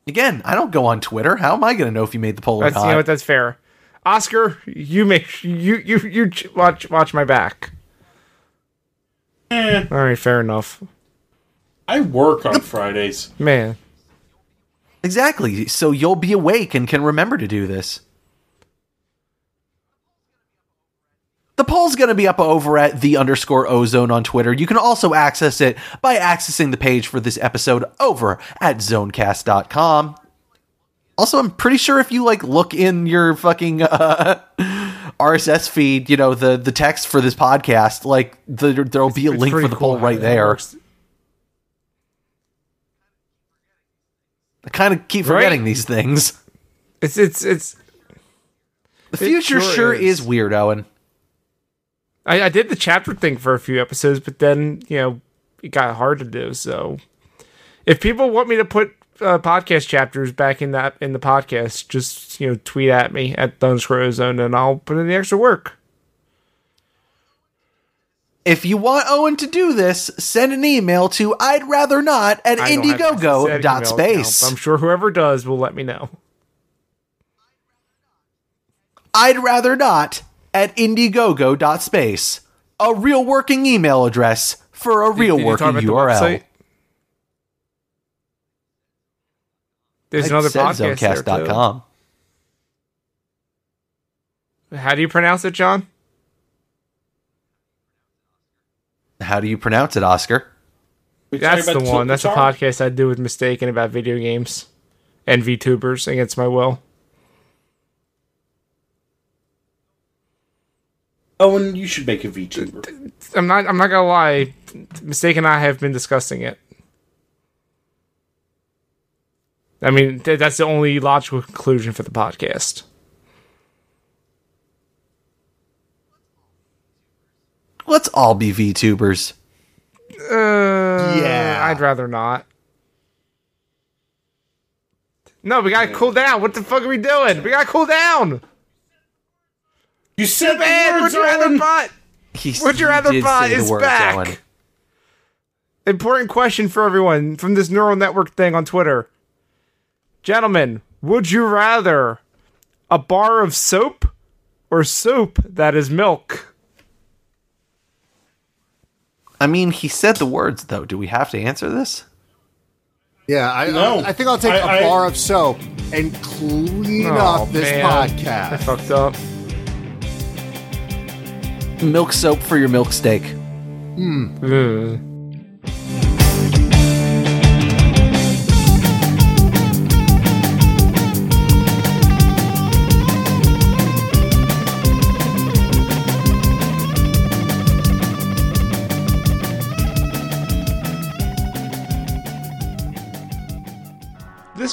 [SPEAKER 3] Again, I don't go on Twitter. How am I going to know if you made the poll or
[SPEAKER 4] That's you know what.
[SPEAKER 3] not?
[SPEAKER 4] That's fair. Oscar, you make sh- you you you ch- watch watch my back.
[SPEAKER 1] Eh,
[SPEAKER 4] All right, fair enough,
[SPEAKER 1] I work on Fridays.
[SPEAKER 4] man.
[SPEAKER 3] Exactly. So you'll be awake and can remember to do this. The poll's going to be up over at the underscore ozone on Twitter. You can also access it by accessing the page for this episode over at zonecast.com. Also, I'm pretty sure if you like look in your fucking *laughs* uh, RSS feed, you know the the text for this podcast, like the, there'll be a
[SPEAKER 4] It's
[SPEAKER 3] link for
[SPEAKER 4] pretty
[SPEAKER 3] the
[SPEAKER 4] cool
[SPEAKER 3] poll right
[SPEAKER 4] how that
[SPEAKER 3] there.
[SPEAKER 4] works.
[SPEAKER 3] I kind of keep
[SPEAKER 4] Right?
[SPEAKER 3] forgetting these things.
[SPEAKER 4] It's it's it's.
[SPEAKER 3] The future
[SPEAKER 4] sure
[SPEAKER 3] sure,
[SPEAKER 4] is.
[SPEAKER 3] is. weird, Owen.
[SPEAKER 4] I, I did the chapter thing for a few episodes, but then you know it got hard to do. So if people want me to put uh, podcast chapters back in that in the podcast, just you know tweet at me at the underscore ozone, and I'll put in the extra work.
[SPEAKER 3] If you want Owen to do this, send an email to I'd rather not at
[SPEAKER 4] I don't have access to that email account, but
[SPEAKER 3] indiegogo.space.
[SPEAKER 4] I'm sure whoever does will let me know.
[SPEAKER 3] I'd rather not at indiegogo.space. A real working email address for a real
[SPEAKER 4] Did you
[SPEAKER 3] working
[SPEAKER 4] talk about the
[SPEAKER 3] URL.
[SPEAKER 4] website? There's
[SPEAKER 3] I
[SPEAKER 4] another
[SPEAKER 3] said
[SPEAKER 4] podcast there, too.
[SPEAKER 3] zonecast.com.
[SPEAKER 4] How do you pronounce it, John?
[SPEAKER 3] How do you pronounce it, Oscar?
[SPEAKER 1] We talk
[SPEAKER 4] That's the
[SPEAKER 1] about
[SPEAKER 4] one. That's the
[SPEAKER 1] Tilted Tower.
[SPEAKER 4] podcast I do with mistaken about video games and VTubers against my will.
[SPEAKER 1] Owen, you should make a VTuber.
[SPEAKER 4] I'm not. I'm not gonna lie. Mistake and I have been discussing it. I mean, th- that's the only logical conclusion for the podcast.
[SPEAKER 3] Let's all be VTubers.
[SPEAKER 4] Uh,
[SPEAKER 2] Yeah.
[SPEAKER 4] I'd rather not. No, we gotta cool down. What the fuck are we doing? We gotta cool down.
[SPEAKER 1] You said
[SPEAKER 4] Man,
[SPEAKER 1] the
[SPEAKER 4] would
[SPEAKER 1] words,
[SPEAKER 4] you rather
[SPEAKER 1] Owen.
[SPEAKER 4] bot?
[SPEAKER 3] He's,
[SPEAKER 4] Would you
[SPEAKER 3] he
[SPEAKER 4] rather
[SPEAKER 3] did
[SPEAKER 4] bot
[SPEAKER 3] say the
[SPEAKER 4] is
[SPEAKER 3] words,
[SPEAKER 4] back?
[SPEAKER 3] Owen.
[SPEAKER 4] Important question for everyone from this neural network thing on Twitter. Gentlemen, would you rather a bar of soap or soup that is milk?
[SPEAKER 3] I mean, he said the words, though. Do we have to answer this?
[SPEAKER 2] Yeah, I,
[SPEAKER 1] No.
[SPEAKER 2] I, I think I'll take
[SPEAKER 1] I-
[SPEAKER 2] a
[SPEAKER 1] I-
[SPEAKER 2] bar of soap and clean
[SPEAKER 4] Aw,
[SPEAKER 2] up this
[SPEAKER 4] Oh, man. I *laughs*
[SPEAKER 2] podcast.
[SPEAKER 4] fucked up.
[SPEAKER 3] Milk soap for your milk steak.
[SPEAKER 4] Ugh. This